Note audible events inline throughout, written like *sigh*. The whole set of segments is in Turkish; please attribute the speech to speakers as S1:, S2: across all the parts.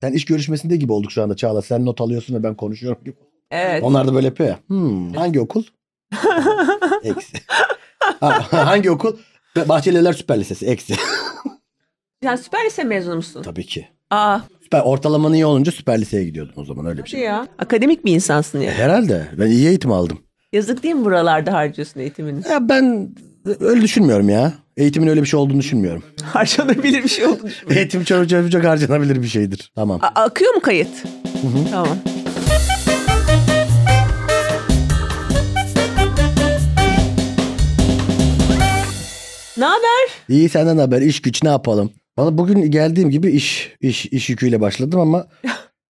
S1: Sen iş görüşmesinde gibi olduk şu anda Çağla. Sen not alıyorsun ve ben konuşuyorum gibi.
S2: Evet.
S1: Onlar da böyle yapıyor ya. Hmm, hangi *laughs* okul? Eksi. Ha, hangi okul? Bahçelievler Süper Lisesi. Eksi. *laughs*
S2: Sen süper lise mezunu musun?
S1: Tabii ki.
S2: Aa,
S1: Süper ortalaman iyi olunca Süper Liseye gidiyordun o zaman öyle bir
S2: hadi
S1: şey.
S2: ya. Akademik bir insansın ya.
S1: Herhalde. Ben iyi eğitim aldım.
S2: Yazık değil mi buralarda
S1: *laughs*
S2: harcıyorsun eğitimini?
S1: Ya ben öyle düşünmüyorum ya. Eğitimin öyle bir şey olduğunu düşünmüyorum.
S2: Harcanabilir bir şey olduğunu düşünmüyorum.
S1: Eğitim çok çabucak harcanabilir bir şeydir. Tamam.
S2: A- akıyor mu kayıt? Tamam. Ne haber?
S1: İyi senden haber. İş güç ne yapalım? Bana bugün geldiğim gibi iş iş iş yüküyle başladım
S2: *laughs*
S1: ama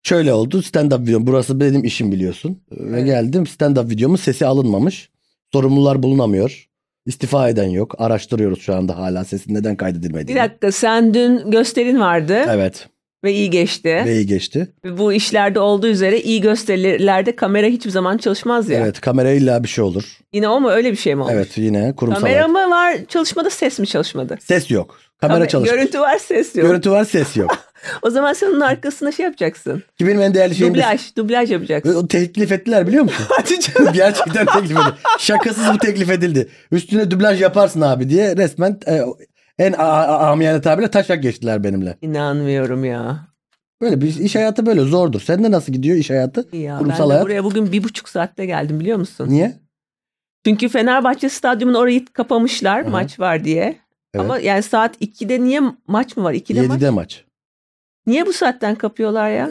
S1: şöyle oldu. Stand up videom. Burası benim işim biliyorsun. Ve
S2: Evet.
S1: geldim stand up videomun sesi alınmamış. Sorumlular bulunamıyor. İstifa eden yok. Araştırıyoruz şu anda hala sesin neden
S2: Bir
S1: kaydedilmediğini.
S2: dakika sen dün gösterin vardı
S1: Evet.
S2: ve iyi geçti.
S1: Ve iyi geçti.
S2: Ve Bu işlerde olduğu üzere iyi gösterilerde kamera hiçbir zaman çalışmaz ya.
S1: Evet kamera illa bir şey olur.
S2: Yine o mu öyle bir şey mi olmuş?
S1: Evet yine kurumsal.
S2: Kamera
S1: hayat.
S2: mı var çalışmadı ses mi çalışmadı?
S1: Ses yok. Kamera
S2: Kamer-
S1: çalışmıyor.
S2: Görüntü var ses yok.
S1: Görüntü var ses
S2: *laughs*
S1: yok.
S2: O zaman sen onun arkasına şey yapacaksın.
S1: Ki benim en değerli şeyim.
S2: dublaj, dublaj yapacaksın.
S1: O teklif ettiler biliyor musun?
S2: Hadi
S1: *laughs*
S2: canım.
S1: Gerçekten teklif edildi. Şakasız bu teklif edildi. Üstüne dublaj yaparsın abi diye resmen e, en a- a- amiyane tabirle taşak geçtiler benimle.
S2: İnanmıyorum ya.
S1: Böyle bir iş hayatı böyle zordur. Sende nasıl gidiyor iş hayatı?
S2: ya ben
S1: Kurumsal
S2: de
S1: hayat.
S2: buraya bugün bir buçuk saatte geldim biliyor musun?
S1: Niye?
S2: Çünkü Fenerbahçe stadyumunu orayı kapamışlar
S1: Hı hı.
S2: maç var diye.
S1: Evet.
S2: Ama yani saat 2'de niye maç mı var? 2'de maç.
S1: 7'de maç. E,
S2: Niye bu saatten kapıyorlar ya?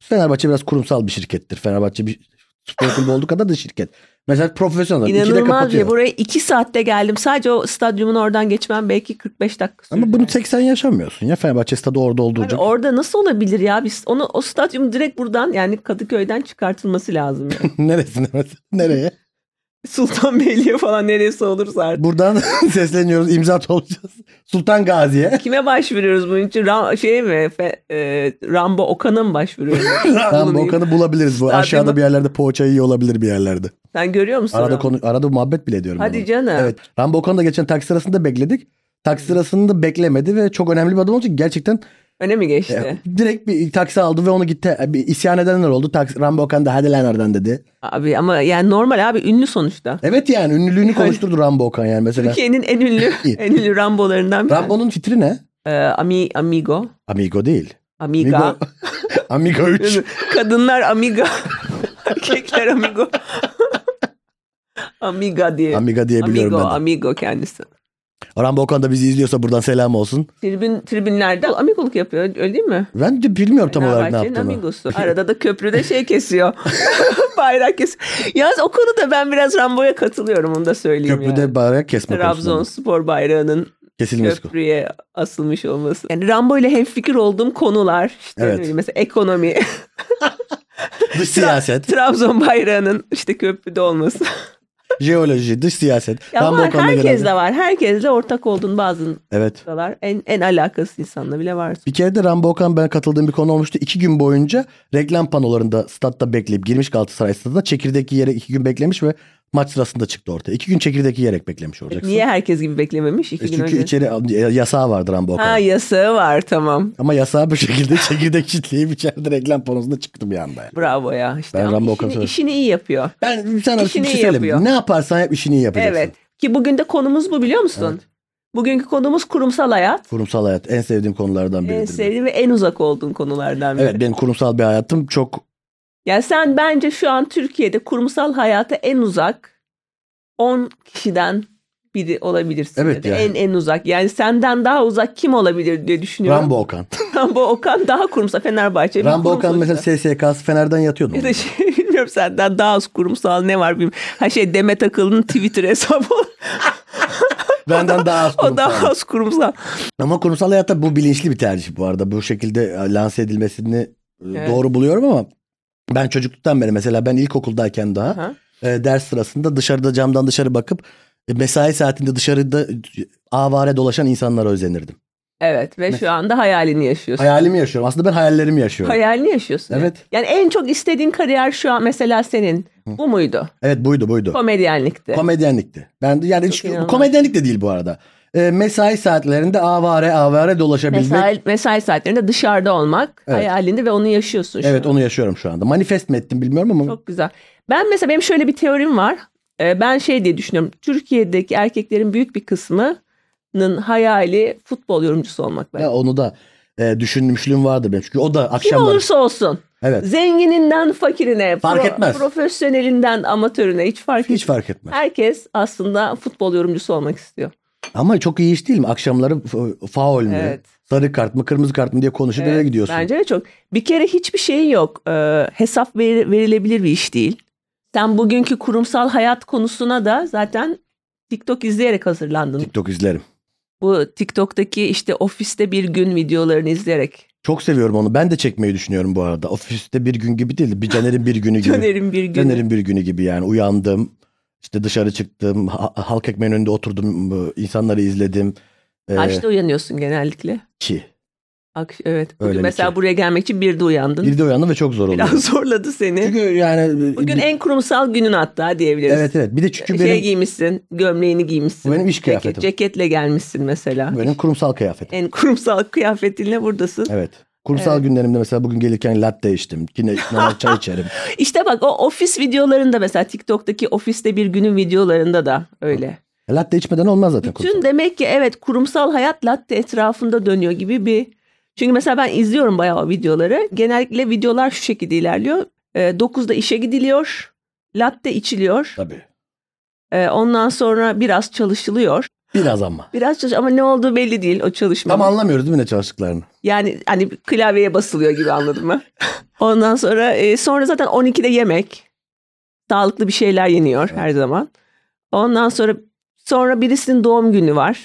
S1: Fenerbahçe biraz kurumsal bir şirkettir. Fenerbahçe bir spor kulübü olduğu kadar da şirket. Mesela profesyonel. 2'de
S2: İnanılmaz ya.
S1: kapatıyor.
S2: Buraya 2 saatte geldim. Sadece o stadyumun oradan geçmem belki 45 dakika sürdü.
S1: Ama bunu tek sen yaşamıyorsun ya. Fenerbahçe stadı orada olduğu
S2: Abi
S1: için. *laughs*
S2: orada nasıl olabilir ya? Biz onu o stadyum direkt buradan yani Kadıköy'den
S1: *laughs*
S2: çıkartılması lazım. ya.
S1: Neresine mesela? Nereye?
S2: Sultanbeyli'ye falan neresi olursa artık.
S1: Buradan *laughs* sesleniyoruz. imza toplayacağız. Sultan Gazi'ye.
S2: Kime başvuruyoruz bunun için? Ram, şey mi? Fe- e, Rambo Okan'a
S1: *laughs*
S2: mı başvuruyoruz?
S1: Tamam
S2: Bunu-
S1: Bokan'ı bulabiliriz. Bu
S2: Stadyumu-
S1: aşağıda bir yerlerde poğaça yiyor olabilir bir yerlerde.
S2: Sen görüyor musun?
S1: Arada
S2: Rambo?
S1: konu arada muhabbet bile ediyorum.
S2: Hadi
S1: bunu.
S2: canım.
S1: Evet. Rambo Okan'ı da geçen taksi sırasında bekledik. Taksi sırasında beklemedi ve çok önemli bir adam olacak. Gerçekten
S2: Öne mi geçti?
S1: e, direkt bir taksi aldı ve onu gitti. E, Bir isyan edenler oldu. Taksi, Rambo Okan da hadi lan oradan dedi.
S2: Abi ama yani normal abi ünlü sonuçta.
S1: Evet yani
S2: *laughs*
S1: ünlülüğünü konuşturdu Rambo Okan yani mesela.
S2: Türkiye'nin
S1: *laughs*
S2: en ünlü en ünlü Rambo'larından biri.
S1: Rambo'nun fitri ne?
S2: E, ami, amigo.
S1: Amigo değil.
S2: Amiga.
S1: *laughs* Amigo 3.
S2: Kadınlar amiga. *laughs* Erkekler amigo. amiga diye.
S1: Amiga diye biliyorum
S2: Amigo,
S1: ben de.
S2: amigo kendisi.
S1: Rambo Okan da bizi izliyorsa buradan selam olsun.
S2: Tribün, tribünlerde amigoluk yapıyor öyle değil mi?
S1: Ben de bilmiyorum tam olarak ne
S2: Fenerbahçe'nin
S1: yaptığını.
S2: amigosu. Arada da köprüde şey kesiyor. *laughs* Bayrak kesiyor. Yalnız o konuda ben biraz Rambo'ya katılıyorum onu da söyleyeyim.
S1: Köprüde
S2: yani.
S1: bayrak kesme konusunda.
S2: Trabzonspor bayrağının
S1: Kesilmesi konusunda.
S2: köprüye asılmış olması. Yani Rambo ile hemfikir olduğum konular. işte ne
S1: Evet.
S2: bileyim, mesela ekonomi. *laughs*
S1: Dış siyaset.
S2: Trabzon bayrağının işte köprüde olması.
S1: Jeoloji, dış siyaset.
S2: Ya
S1: Rambo
S2: var,
S1: Okan'la
S2: herkes
S1: beraber-
S2: de var. Herkesle ortak olduğun bazı
S1: Evet.
S2: noktalar. En, en alakasız insanla bile var.
S1: Bir kere de Rambo Okan ben katıldığım bir konu olmuştu. İki gün boyunca reklam panolarında statta bekleyip girmiş Galatasaray stadına çekirdek yiyerek iki gün beklemiş ve maç sırasında çıktı ortaya. İki gün çekirdek yiyerek beklemiş olacaksın.
S2: E, Niye herkes gibi beklememiş? İki
S1: E
S2: gün
S1: çünkü
S2: önce.
S1: içeri yasağı vardı Rambo Okan'ın.
S2: Ha yasağı var tamam.
S1: Ama yasağı bu şekilde *laughs* çekirdek çitleyip içeride reklam panosunda çıktım bir anda. yani.
S2: Bravo ya işte.
S1: Ben
S2: Ama
S1: Rambo
S2: işini,
S1: Okan'ı
S2: işini iyi yapıyor.
S1: Ben sana bir
S2: İşini
S1: şey
S2: iyi
S1: söyleyeyim.
S2: yapıyor.
S1: Ne yaparsan yap işini iyi yapacaksın.
S2: Evet. Ki bugün de konumuz bu biliyor musun? Bugünkü konumuz kurumsal hayat.
S1: Kurumsal hayat en sevdiğim konulardan biridir.
S2: En sevdiğim ve en uzak olduğun konulardan biri.
S1: evet benim kurumsal bir hayatım çok
S2: Yani sen bence şu an Türkiye'de kurumsal hayata en uzak 10 kişiden biri olabilirsin.
S1: Evet
S2: ya da
S1: ya.
S2: En en uzak. Yani senden daha uzak kim olabilir diye düşünüyorum.
S1: Rambo Okan.
S2: *laughs* Rambo Okan daha kurumsal Fenerbahçe. bir
S1: Rambo
S2: kurumsal
S1: Okan mesela
S2: işte.
S1: SSK'sı Fener'den yatıyordu.
S2: *laughs* ya da şey bilmiyorum senden daha az kurumsal ne var bilmiyorum. Her şey Demet Akıl'ın Twitter hesabı.
S1: Benden daha az
S2: *laughs* o
S1: kurumsal.
S2: daha az kurumsal.
S1: Ama kurumsal hayatta bu bilinçli bir tercih bu arada. Bu şekilde e, lanse edilmesini e,
S2: Evet.
S1: doğru buluyorum ama ben çocukluktan beri mesela ben ilkokuldayken daha
S2: Aha.
S1: e, ders sırasında dışarıda camdan dışarı bakıp e, mesai saatinde dışarıda e, avare dolaşan insanlara özenirdim.
S2: Evet ve şu anda hayalini yaşıyorsun.
S1: Hayalimi yaşıyorum. Aslında ben hayallerimi yaşıyorum.
S2: Hayalini yaşıyorsun.
S1: Evet.
S2: Yani en çok istediğin kariyer şu an mesela senin. Bu muydu?
S1: Evet buydu buydu.
S2: Komedyenlikti.
S1: Komedyenlikti. Ben de- yani hiç,
S2: Çok inanılmaz.
S1: komedyenlik de değil bu arada. E, e, mesai saatlerinde avare avare dolaşabilmek.
S2: Mesai, mesai saatlerinde dışarıda olmak
S1: Evet.
S2: hayalinde ve onu yaşıyorsun şu
S1: Evet
S2: an.
S1: onu yaşıyorum şu anda. Manifest mi ettim bilmiyorum ama
S2: Çok güzel. Ben mesela benim şöyle bir teorim var. Ee, Ben şey diye düşünüyorum. Türkiye'deki erkeklerin büyük bir kısmının hayali futbol yorumcusu olmak. belki.
S1: ya onu da e, düşünmüşlüğüm vardı benim. Çünkü o da
S2: Kim
S1: akşamları.
S2: olursa olsun.
S1: Evet.
S2: Zengininden fakirine,
S1: Fark etmez.
S2: profesyonelinden amatörüne hiç fark
S1: Hiç
S2: etmez.
S1: fark etmez.
S2: Herkes aslında futbol yorumcusu olmak istiyor.
S1: Ama çok iyi iş değil mi? Akşamları f- faul mü?
S2: Evet.
S1: Sarı kart mı, kırmızı kart mı diye konuşup eve
S2: Evet,
S1: gidiyorsun.
S2: Bence de çok. Bir kere hiçbir şey yok. Ee, hesap veri- verilebilir bir iş değil. Sen bugünkü kurumsal hayat konusuna da zaten TikTok izleyerek hazırlandın.
S1: TikTok izlerim.
S2: Bu TikTok'taki işte ofiste bir gün videolarını izleyerek.
S1: Çok seviyorum onu. Ben de çekmeyi düşünüyorum bu arada. Ofiste bir gün gibi değil. de Bir Caner'in bir
S2: *laughs*
S1: günü gibi.
S2: Dönerim bir gün.
S1: Caner'in bir günü gibi yani. Uyandım. işte dışarı çıktım. ha- halk ekmeğin önünde oturdum. bu insanları izledim. Ee,
S2: Kaçta uyanıyorsun genellikle?
S1: iki.
S2: Ak- evet. Bugün
S1: Öğlen
S2: mesela
S1: iki.
S2: buraya gelmek için birde uyandın.
S1: Bir de uyandım ve çok zor oldu.
S2: Biraz *laughs* zorladı seni.
S1: Çünkü yani... e,
S2: Bugün en kurumsal günün hatta diyebiliriz.
S1: Evet evet. Bir de çünkü
S2: şey
S1: benim,
S2: giymişsin, gömleğini giymişsin.
S1: Bu benim iş kıyafetim.
S2: ceketle gelmişsin mesela.
S1: benim kurumsal kıyafetim.
S2: En kurumsal kıyafetinle buradasın.
S1: Evet. Kurumsal
S2: Evet.
S1: günlerimde mesela bugün gelirken latte içtim.
S2: *laughs*
S1: Yine normal çay içerim.
S2: İşte bak o ofis videolarında mesela TikTok'taki ofiste bir günün videolarında da öyle.
S1: Latte içmeden olmaz zaten
S2: Bütün
S1: kurumsal.
S2: demek ki evet kurumsal hayat latte etrafında dönüyor gibi bir. Çünkü mesela ben izliyorum bayağı o videoları. Genellikle videolar şu şekilde ilerliyor. Ee, 9'da işe gidiliyor. Latte içiliyor.
S1: Tabii.
S2: Ee, ondan sonra biraz çalışılıyor.
S1: Biraz ama.
S2: Biraz çalış ama ne olduğu belli değil o çalışma.
S1: Tam anlamıyoruz değil mi ne çalıştıklarını?
S2: Yani hani klavyeye basılıyor gibi
S1: *laughs*
S2: anladın mı? Ondan sonra e, sonra zaten 12'de yemek. Sağlıklı bir şeyler yeniyor her zaman. Ondan sonra sonra birisinin doğum günü var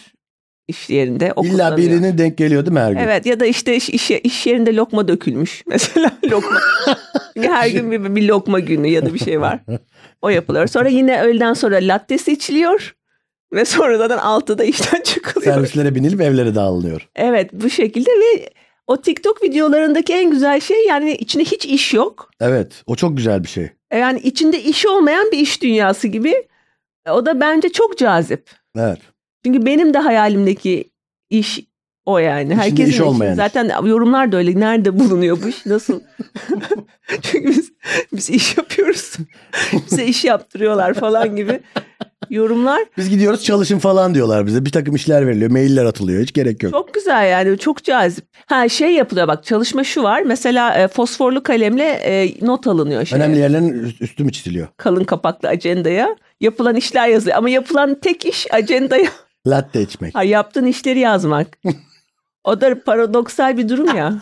S2: iş yerinde. o
S1: İlla
S2: kutlanıyor.
S1: birinin denk geliyor değil mi her gün?
S2: Evet ya da işte iş, iş, iş yerinde lokma dökülmüş *laughs* mesela lokma. Çünkü her gün bir, bir lokma günü ya da bir şey var. O yapılıyor. Sonra yine öğleden sonra lattesi içiliyor. Ve sonra zaten 6'da işten *laughs* çıkılıyor.
S1: Servislere binilip evlere dağılıyor.
S2: Evet bu şekilde ve o TikTok videolarındaki en güzel şey yani içinde hiç iş yok.
S1: Evet. O çok güzel bir şey.
S2: E, Yani içinde iş olmayan bir iş dünyası gibi. E, O da bence çok cazip.
S1: Evet.
S2: Çünkü benim de hayalimdeki iş o yani. Herkesin
S1: iş
S2: işi.
S1: olmayan iş.
S2: Zaten yorumlar da öyle. Nerede bulunuyor bu
S1: *laughs*
S2: iş? Nasıl? Çünkü biz, biz iş yapıyoruz. Bize iş yaptırıyorlar falan gibi. Yorumlar
S1: Biz gidiyoruz çalışın falan diyorlar bize. Bir takım işler veriliyor. Mailler atılıyor. Hiç gerek yok.
S2: Çok güzel yani çok cazip. Ha şey yapılıyor bak çalışma şu var. Mesela e, fosforlu kalemle e, not alınıyor şey.
S1: Önemli yerlerin üst- üstü mü çiziliyor?
S2: Kalın kapaklı ajendaya yapılan işler yazılıyor. Ama yapılan tek iş *laughs* ajendaya
S1: Latte
S2: *laughs*
S1: içmek.
S2: ha, yaptığın
S1: *laughs*
S2: işleri yazmak. O da paradoksal bir durum ya.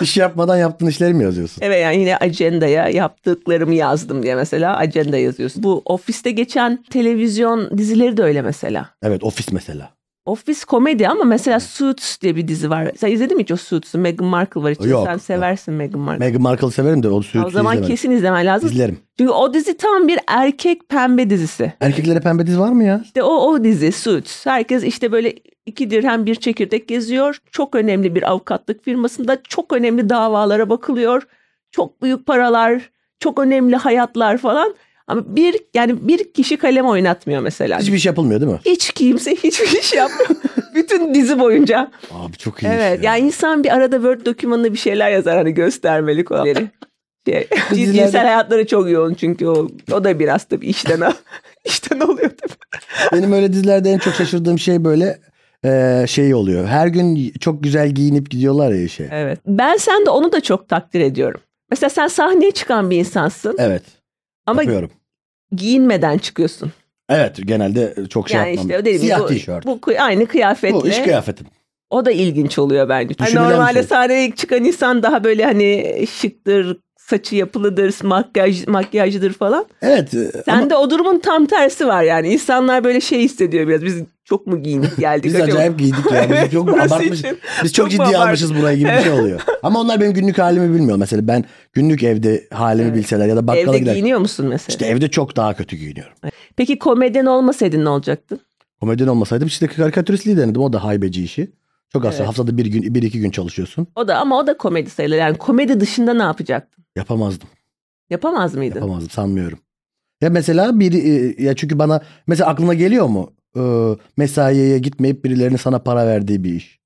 S1: İş yapmadan yaptığın işleri mi yazıyorsun?
S2: Evet yani yine ajendaya yaptıklarımı yazdım diye mesela ajenda yazıyorsun. Bu ofiste geçen televizyon dizileri de öyle mesela.
S1: Evet ofis mesela.
S2: Ofis komedi ama mesela Suits diye bir dizi var. Sen izledin mi hiç o Suits'u? Meghan Markle var içinde.
S1: Yok.
S2: Sen seversin Meghan Markle.
S1: Meghan Markle'ı severim de onu
S2: Ya O
S1: sürekli
S2: zaman
S1: izlemedim.
S2: kesin izlemen lazım.
S1: İzlerim.
S2: Çünkü o dizi tam bir erkek pembe dizisi.
S1: Erkeklere pembe diz var mı ya?
S2: İşte o o dizi Suits. Herkes işte böyle iki dirhem bir çekirdek geziyor. Çok önemli bir avukatlık firmasında çok önemli davalara bakılıyor. Çok büyük paralar, çok önemli hayatlar falan. Ama bir yani bir kişi kalem oynatmıyor mesela.
S1: Hiçbir şey yapılmıyor değil mi?
S2: Hiç kimse hiçbir iş yapmıyor. Bütün dizi boyunca.
S1: Abi çok iyi
S2: Evet.
S1: iş ya.
S2: Yani insan bir arada Word dokümanına bir şeyler yazar hani göstermelik olan.
S1: *laughs*
S2: Şey,
S1: Dizilerde-
S2: cinsel hayatları çok yoğun çünkü o, o da biraz tabii işten *laughs* işten oluyor tabii.
S1: Benim öyle dizilerde en çok şaşırdığım şey böyle eee, şey oluyor. Her gün çok güzel giyinip gidiyorlar ya işe. Evet.
S2: Evet. Ben sen de onu da çok takdir ediyorum. Mesela sen sahneye çıkan bir insansın ama
S1: yapıyorum.
S2: giyinmeden çıkıyorsun.
S1: Evet genelde çok şey
S2: yani
S1: yapmam.
S2: işte o dediğim gibi
S1: Siyah
S2: bu-
S1: tişört. Bu,
S2: Bu, kıy- aynı kıyafetle.
S1: iş kıyafetim.
S2: O da ilginç oluyor bence. Hani
S1: Düşünülen bir
S2: normalde
S1: şey.
S2: sahneye çıkan insan daha böyle hani şıktır, saçı yapılıdır, makyaj makyajlıdır falan.
S1: Evet e,
S2: Sen
S1: ama
S2: de o durumun tam tersi var yani. İnsanlar böyle şey hissediyor biraz. Biz çok mu giyinip geldik?
S1: biz
S2: acaba?
S1: acayip giydik ya. Biz
S2: *laughs* Evet,
S1: çok
S2: burası
S1: abartmış.
S2: için
S1: Biz çok,
S2: çok
S1: ciddi
S2: abart-
S1: almışız burayı gibi bir
S2: *laughs*
S1: şey oluyor. Ama onlar benim günlük halimi bilmiyor. Mesela ben günlük evde halimi
S2: Evet.
S1: bilseler ya da bakkala
S2: Evde
S1: gider.
S2: giyiniyor musun mesela?
S1: İşte evde çok daha kötü giyiniyorum.
S2: Peki komedyen olmasaydın ne olacaktın?
S1: Komedyen olmasaydım işte karikatüristliği denedim. O da haybeci işi. Çok az
S2: Evet.
S1: haftada bir gün bir iki gün çalışıyorsun.
S2: O da ama o da komedi sayılır. Yani komedi dışında ne yapacaktın?
S1: Yapamazdım.
S2: Yapamaz mıydın?
S1: Yapamazdım sanmıyorum. Ya mesela bir e, ya çünkü bana mesela aklına geliyor mu e, mesaiye gitmeyip birilerinin sana para verdiği bir iş.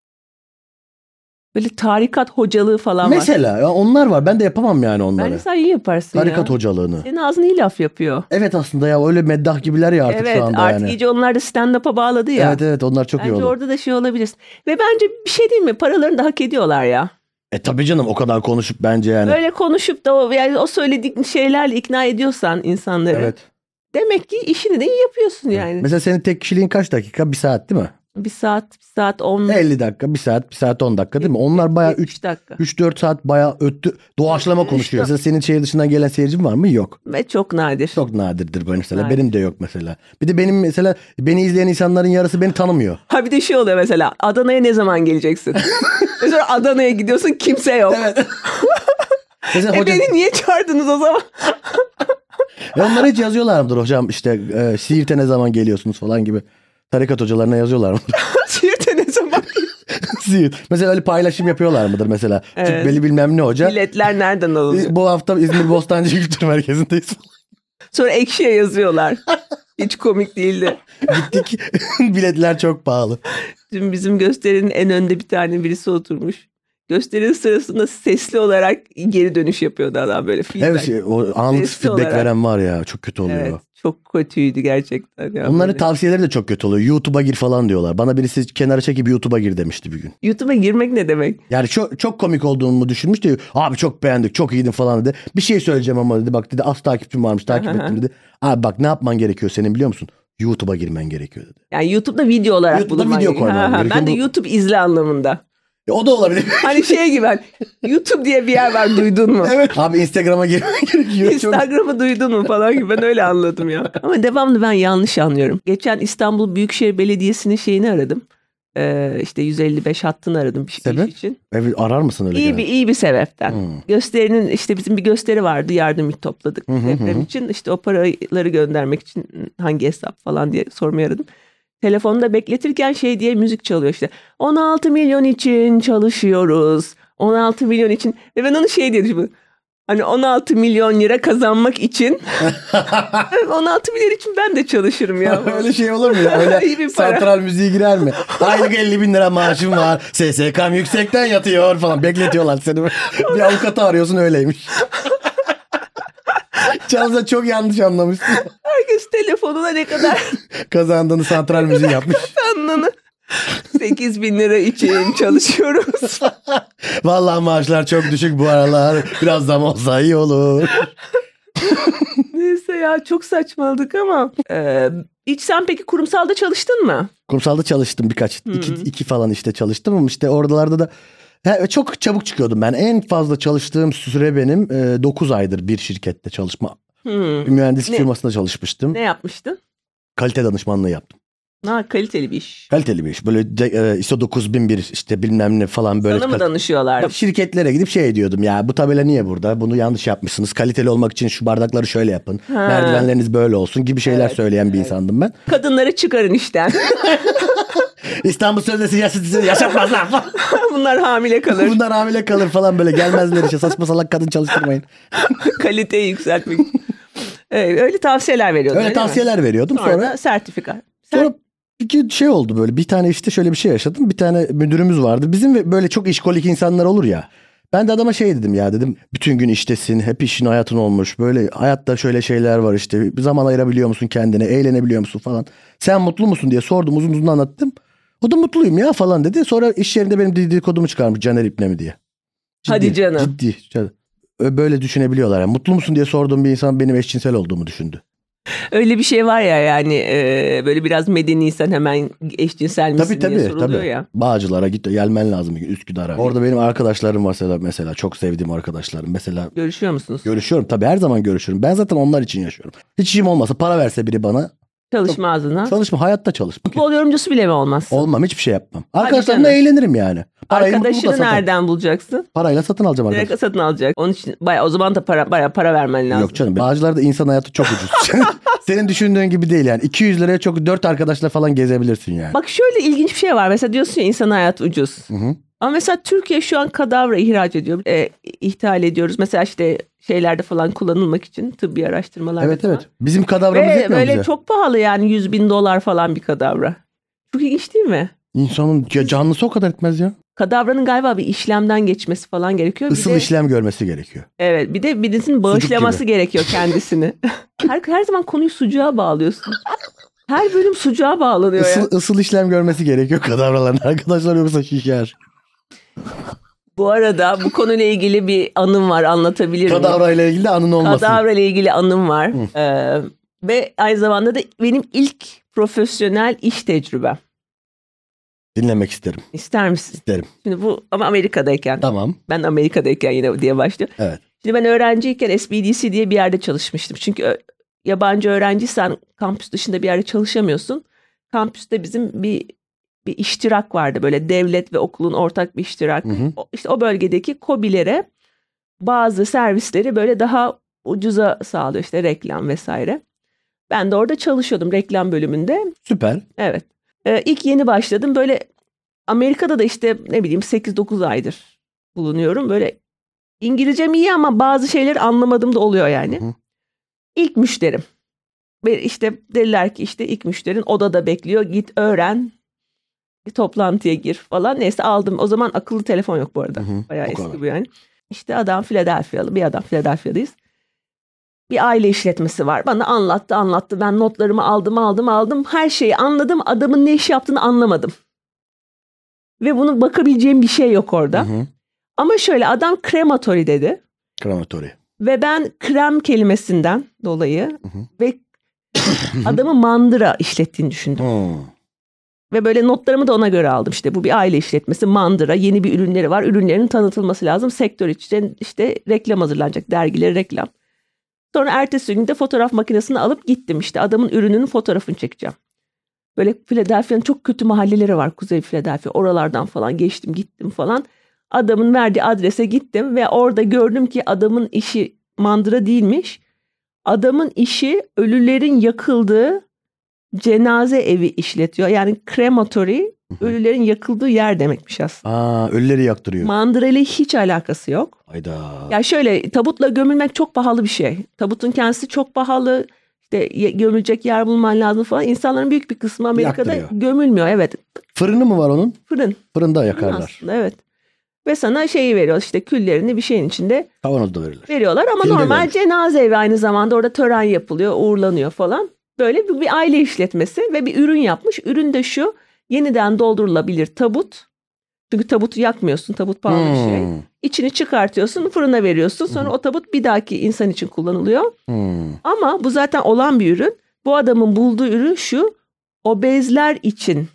S2: Böyle tarikat hocalığı falan var.
S1: Mesela ya onlar var. Ben de yapamam yani onları.
S2: Bence sen iyi yaparsın
S1: Tarikat
S2: ya.
S1: hocalığını.
S2: Senin ağzın iyi laf yapıyor.
S1: Evet aslında ya öyle meddah gibiler ya artık
S2: evet
S1: şu anda
S2: artık
S1: yani.
S2: iyice onlar da stand-up'a bağladı ya.
S1: Evet evet onlar çok iyi
S2: bence
S1: oldu.
S2: orada da şey olabilir. Ve bence bir şey değil mi? Paralarını da hak ediyorlar ya.
S1: E tabii canım o kadar konuşup bence yani.
S2: Böyle konuşup da o, yani o söyledik şeylerle ikna ediyorsan insanları.
S1: Evet.
S2: Demek ki işini de iyi yapıyorsun yani.
S1: Mesela senin tek kişiliğin kaç dakika? Bir saat değil mi?
S2: Bir saat, bir saat on,
S1: 50 dakika, bir saat, bir saat 10 dakika değil mi? Onlar bayağı
S2: üç
S1: 3
S2: dakika.
S1: 3-4 saat bayağı öttü. Doğaçlama
S2: Üç
S1: konuşuyor.
S2: dört-
S1: Mesela senin şehir dışından gelen seyircin var mı? Yok.
S2: Ve çok nadir.
S1: Çok nadirdir bu mesela.
S2: Nadir.
S1: Benim de yok mesela. Bir de benim mesela beni izleyen insanların yarısı beni tanımıyor.
S2: Ha bir de şey oluyor mesela. Adana'ya ne
S1: *laughs*
S2: zaman geleceksin? mesela Adana'ya gidiyorsun kimse yok.
S1: Mesela
S2: E
S1: hoca,
S2: beni niye çağırdınız o zaman? *laughs*
S1: E onlara hiç yazıyorlar mıdır hocam işte e, Siirt'e ne zaman geliyorsunuz falan gibi. Tarikat hocalarına yazıyorlar *laughs* mı?
S2: Siirt'e ne zaman?
S1: Siirt. Mesela öyle paylaşım yapıyorlar mıdır mesela?
S2: Evet.
S1: Cübbeli bilmem ne hoca.
S2: Biletler nereden alınıyor?
S1: E, Bu hafta İzmir Bostancı Kültür Merkezi'ndeyiz. *laughs*
S2: Sonra ekşiye yazıyorlar. Hiç komik değildi.
S1: Gittik. *laughs* Biletler çok pahalı.
S2: Dün bizim gösterinin en önde bir tane birisi oturmuş. Gösterinin sırasında sesli olarak geri dönüş yapıyordu adam böyle feedback.
S1: Evet şey, o anlık
S2: Sesli
S1: feedback
S2: olarak.
S1: veren var ya çok kötü oluyor.
S2: Evet, çok kötüydü gerçekten. Ya
S1: Onların
S2: Böyle.
S1: tavsiyeleri de çok kötü oluyor. YouTube'a gir falan diyorlar. Bana birisi kenara çekip YouTube'a gir demişti bir gün.
S2: YouTube'a girmek ne demek?
S1: Yani çok, çok komik olduğumu düşünmüş de abi çok beğendik çok iyiydin falan dedi. Bir şey söyleyeceğim ama dedi bak dedi az takipçim varmış
S2: *laughs*
S1: takip
S2: Aha.
S1: ettim dedi. Abi bak ne yapman gerekiyor senin biliyor musun? YouTube'a girmen gerekiyor dedi.
S2: Yani YouTube'da video olarak
S1: YouTube'da
S2: bulunman
S1: video
S2: gerekiyor.
S1: koyman
S2: Ha, ha,
S1: gerekiyor.
S2: Ben de
S1: Bu-
S2: YouTube izle anlamında.
S1: E, o da
S2: *laughs*
S1: olabilir.
S2: Hani şey gibi hani, YouTube diye bir yer var duydun mu?
S1: evet. Abi Instagram'a girmen gerekiyor. Çok-
S2: Instagram'ı duydun mu falan gibi ben öyle anladım ya. Ama devamlı ben yanlış anlıyorum. Geçen İstanbul Büyükşehir Belediyesi'nin şeyini aradım. Ee, işte 155 hattını aradım bir şey
S1: Sebep?
S2: için.
S1: Evet, arar mısın öyle
S2: İyi
S1: gelen?
S2: bir iyi bir sebepten.
S1: Hmm.
S2: Gösterinin işte bizim bir gösteri vardı yardım topladık
S1: Hı hı
S2: deprem
S1: hı.
S2: için. İşte o paraları göndermek için hangi hesap falan diye sormaya aradım. Telefonda bekletirken şey diye müzik çalıyor işte. 16 milyon için çalışıyoruz. 16 milyon için. Ve ben onu şey diye düşündüm. Hani 16 milyon lira
S1: *laughs*
S2: kazanmak için. 16 milyon için ben de
S1: *laughs*
S2: çalışırım ya.
S1: Öyle şey olur mu ya? Öyle
S2: *laughs* İyi bir para.
S1: santral müziği girer
S2: *laughs*
S1: mi? Aylık 50 bin lira maaşım var. SSK'm yüksekten yatıyor falan. Bekletiyorlar
S2: *laughs*
S1: seni. bir avukatı arıyorsun öyleymiş. Çalsa çok yanlış anlamışsın.
S2: Herkes telefonuna ne kadar *laughs*
S1: Kazandığını santral müziği yapmış.
S2: kazandığını. 8 bin lira için çalışıyoruz.
S1: Vallahi maaşlar çok düşük bu aralar. Biraz zam olsa iyi olur.
S2: Neyse ya çok saçmaladık ama. Ee, hiç sen peki kurumsalda çalıştın mı?
S1: Kurumsalda çalıştım birkaç. iki,
S2: Hmm.
S1: iki falan işte çalıştım ama işte oralarda da He, çok çabuk çıkıyordum ben. En fazla çalıştığım süre benim 9 aydır bir şirkette çalışma.
S2: Hmm.
S1: Bir mühendislik
S2: Ne?
S1: firmasında çalışmıştım.
S2: Ne yapmıştın?
S1: kalite danışmanlığı yaptım.
S2: Ha kaliteli bir iş.
S1: Kaliteli bir iş. Böyle de, e, ISO 9001 işte bilmem ne falan böyle.
S2: Sana mı
S1: kal-
S2: danışıyorlar?
S1: Şirketlere gidip şey diyordum ya bu tabela niye burada? Bunu yanlış yapmışsınız. Kaliteli olmak için şu bardakları şöyle yapın.
S2: Ha.
S1: Merdivenleriniz böyle olsun gibi şeyler
S2: Evet,
S1: söyleyen bir insandım ben.
S2: Kadınları
S1: *laughs*
S2: çıkarın işten. *laughs*
S1: İstanbul Sözleşmesi yasa- sizi yaşatmazlar
S2: *laughs*
S1: falan.
S2: Bunlar hamile kalır.
S1: Bunlar hamile kalır falan böyle gelmezler işte saçma salak kadın çalıştırmayın.
S2: Kaliteyi yükseltmek. için. Evet, öyle tavsiyeler veriyorlar.
S1: Öyle tavsiyeler veriyordum
S2: Sonra,
S1: sonra.
S2: da sertifika. Sen-
S1: Sonra iki şey oldu böyle bir tane işte şöyle bir şey yaşadım. Bir tane müdürümüz vardı. Bizim ve- böyle çok işkolik insanlar olur ya. Ben de adama şey dedim ya dedim bütün gün iştesin hep işin hayatın olmuş böyle hayatta şöyle şeyler var işte zaman ayırabiliyor musun kendine eğlenebiliyor musun falan. Sen mutlu musun diye sordum uzun uzun anlattım. O da mutluyum ya falan dedi. Sonra iş yerinde benim dedikodumu çıkarmış Caner İpne mi diye.
S2: Hadi canım.
S1: Ciddi. ciddi. Ö- Böyle düşünebiliyorlar. Yani mutlu musun diye sorduğum bir insan benim eşcinsel olduğumu düşündü.
S2: Öyle bir şey var ya yani e, böyle biraz medeniysen hemen eşcinsel misin
S1: Tabii
S2: diye
S1: tabii
S2: soruluyor
S1: tabii.
S2: ya.
S1: Bağcılar'a git gelmen lazım bir gün Üsküdar'a. Orada benim arkadaşlarım var mesela, mesela çok sevdiğim arkadaşlarım. Mesela
S2: Görüşüyor musunuz?
S1: görüşüyorum tabii her zaman görüşüyorum. Ben zaten onlar için yaşıyorum. Hiç işim olmasa para verse biri bana
S2: Çalışma ağzına.
S1: çalışma hayatta çalışma.
S2: Futbol yorumcusu bile mi olmaz?
S1: Olmam hiçbir şey yapmam. Arkadaşlarımla
S2: canım.
S1: eğlenirim yani. Parayı mutlulukla
S2: Arkadaşını
S1: satın-
S2: nereden bulacaksın?
S1: Parayla satın alacağım arkadaşlar.
S2: Direkt satın alacak. Onun için bayağı o zaman da para bayağı para vermen lazım.
S1: Yok canım Bağcılar'da insan hayatı çok
S2: *laughs*
S1: ucuz. *laughs* Senin düşündüğün gibi değil yani. 200 liraya çok 4 arkadaşla falan gezebilirsin yani.
S2: Bak şöyle ilginç bir şey var. Mesela diyorsun ya insan hayat ucuz.
S1: Hı hı.
S2: Ama mesela Türkiye şu an kadavra ihraç ediyor. E, ithal ediyoruz. Mesela işte şeylerde falan kullanılmak için tıbbi araştırmalarda
S1: Evet
S2: falan.
S1: evet. Bizim kadavramız
S2: Ve
S1: yetmiyor
S2: böyle
S1: bize.
S2: çok pahalı yani 100 bin dolar falan bir kadavra. Çok ilginç değil mi?
S1: İnsanın ya canlısı o kadar etmez ya.
S2: Kadavranın galiba bir işlemden geçmesi falan gerekiyor. Bir
S1: Isıl
S2: de-
S1: işlem görmesi gerekiyor.
S2: Evet bir de birisinin bağışlaması gerekiyor
S1: *laughs*
S2: kendisini. her, her zaman konuyu sucuğa bağlıyorsun. Her bölüm sucuğa bağlanıyor ya.
S1: Isıl, ısıl işlem görmesi gerekiyor kadavraların *laughs* arkadaşlar yoksa şişer.
S2: Bu arada bu konuyla ilgili bir anım var anlatabilirim.
S1: Kadavra ile ilgili de anın olmasın.
S2: Kadavra ile ilgili anım var. Ee, ve aynı zamanda da benim ilk profesyonel iş tecrübem.
S1: Dinlemek isterim.
S2: İster misin?
S1: İsterim.
S2: Şimdi bu ama Amerika'dayken.
S1: Tamam.
S2: Ben Amerika'dayken yine diye başlıyor.
S1: Evet.
S2: Şimdi ben öğrenciyken SBDC diye bir yerde çalışmıştım. Çünkü ö- yabancı öğrenciysen kampüs dışında bir yerde çalışamıyorsun. Kampüste bizim bir bir iştirak vardı böyle devlet ve okulun ortak bir iştirak.
S1: Hı hı.
S2: O- İşte o bölgedeki kobilere bazı servisleri böyle daha ucuza sağlıyor işte reklam vesaire. Ben de orada çalışıyordum reklam bölümünde.
S1: Süper.
S2: Evet. Ee, ilk yeni başladım. Böyle Amerika'da da işte ne bileyim 8-9 aydır bulunuyorum. Böyle İngilizcem iyi ama bazı şeyleri anlamadım da oluyor yani.
S1: Hı hı.
S2: İlk müşterim. Ve işte dediler ki işte ilk müşterin odada bekliyor. Git öğren. Bir toplantıya gir falan. Neyse aldım. O zaman akıllı telefon yok bu arada.
S1: Hı hı.
S2: Bayağı
S1: O
S2: eski
S1: kadar.
S2: bu yani. İşte adam Philadelphia'lı bir adam Philadelphia'dayız. Bir aile işletmesi var. Bana anlattı anlattı. Ben notlarımı aldım aldım aldım. Her şeyi anladım. Adamın ne iş yaptığını anlamadım. Ve bunun bakabileceğim bir şey yok orada.
S1: Hı hı.
S2: Ama şöyle adam krematori dedi.
S1: Krematori.
S2: Ve ben krem kelimesinden dolayı
S1: Hı hı. *coughs*
S2: ve adamı mandıra işlettiğini düşündüm.
S1: Hı.
S2: Ve böyle notlarımı da ona göre aldım. İşte bu bir aile işletmesi, mandıra, yeni bir ürünleri var. Ürünlerin tanıtılması lazım. Sektör için işte reklam hazırlanacak, dergileri reklam. Sonra ertesi gün de fotoğraf makinesini alıp gittim. İşte adamın ürününün fotoğrafını çekeceğim. Böyle Philadelphia'nın çok kötü mahalleleri var Kuzey Philadelphia. Oralardan falan geçtim gittim falan. Adamın verdiği adrese gittim ve orada gördüm ki adamın işi mandıra değilmiş. Adamın işi ölülerin yakıldığı cenaze evi işletiyor. Yani krematori ölülerin yakıldığı yer demekmiş aslında.
S1: Aa, ölüleri yaktırıyor.
S2: Mandıra ile hiç alakası yok.
S1: Hayda.
S2: Ya şöyle tabutla gömülmek çok pahalı bir şey. Tabutun kendisi çok pahalı. İşte ye- gömülecek yer bulman lazım falan. İnsanların büyük bir kısmı Amerika'da
S1: Yaktırıyor.
S2: gömülmüyor. Evet.
S1: Fırını mı var onun?
S2: Fırın.
S1: Fırında
S2: Fırın
S1: yakarlar.
S2: aslında evet. Ve sana şeyi veriyor işte küllerini bir şeyin içinde
S1: Kavanozda verilir.
S2: veriyorlar ama
S1: Külde
S2: normal
S1: görmüş.
S2: cenaze evi aynı zamanda orada tören yapılıyor, uğurlanıyor falan. Böyle bir, bir aile işletmesi ve bir ürün yapmış. Ürün de şu yeniden doldurulabilir tabut. Çünkü tabutu yakmıyorsun. Tabut pahalı bir şey.
S1: Hmm.
S2: İçini çıkartıyorsun, fırına veriyorsun. Sonra o tabut bir dahaki insan için kullanılıyor.
S1: Hmm.
S2: Ama bu zaten olan bir ürün. Bu adamın bulduğu ürün şu. Obezler için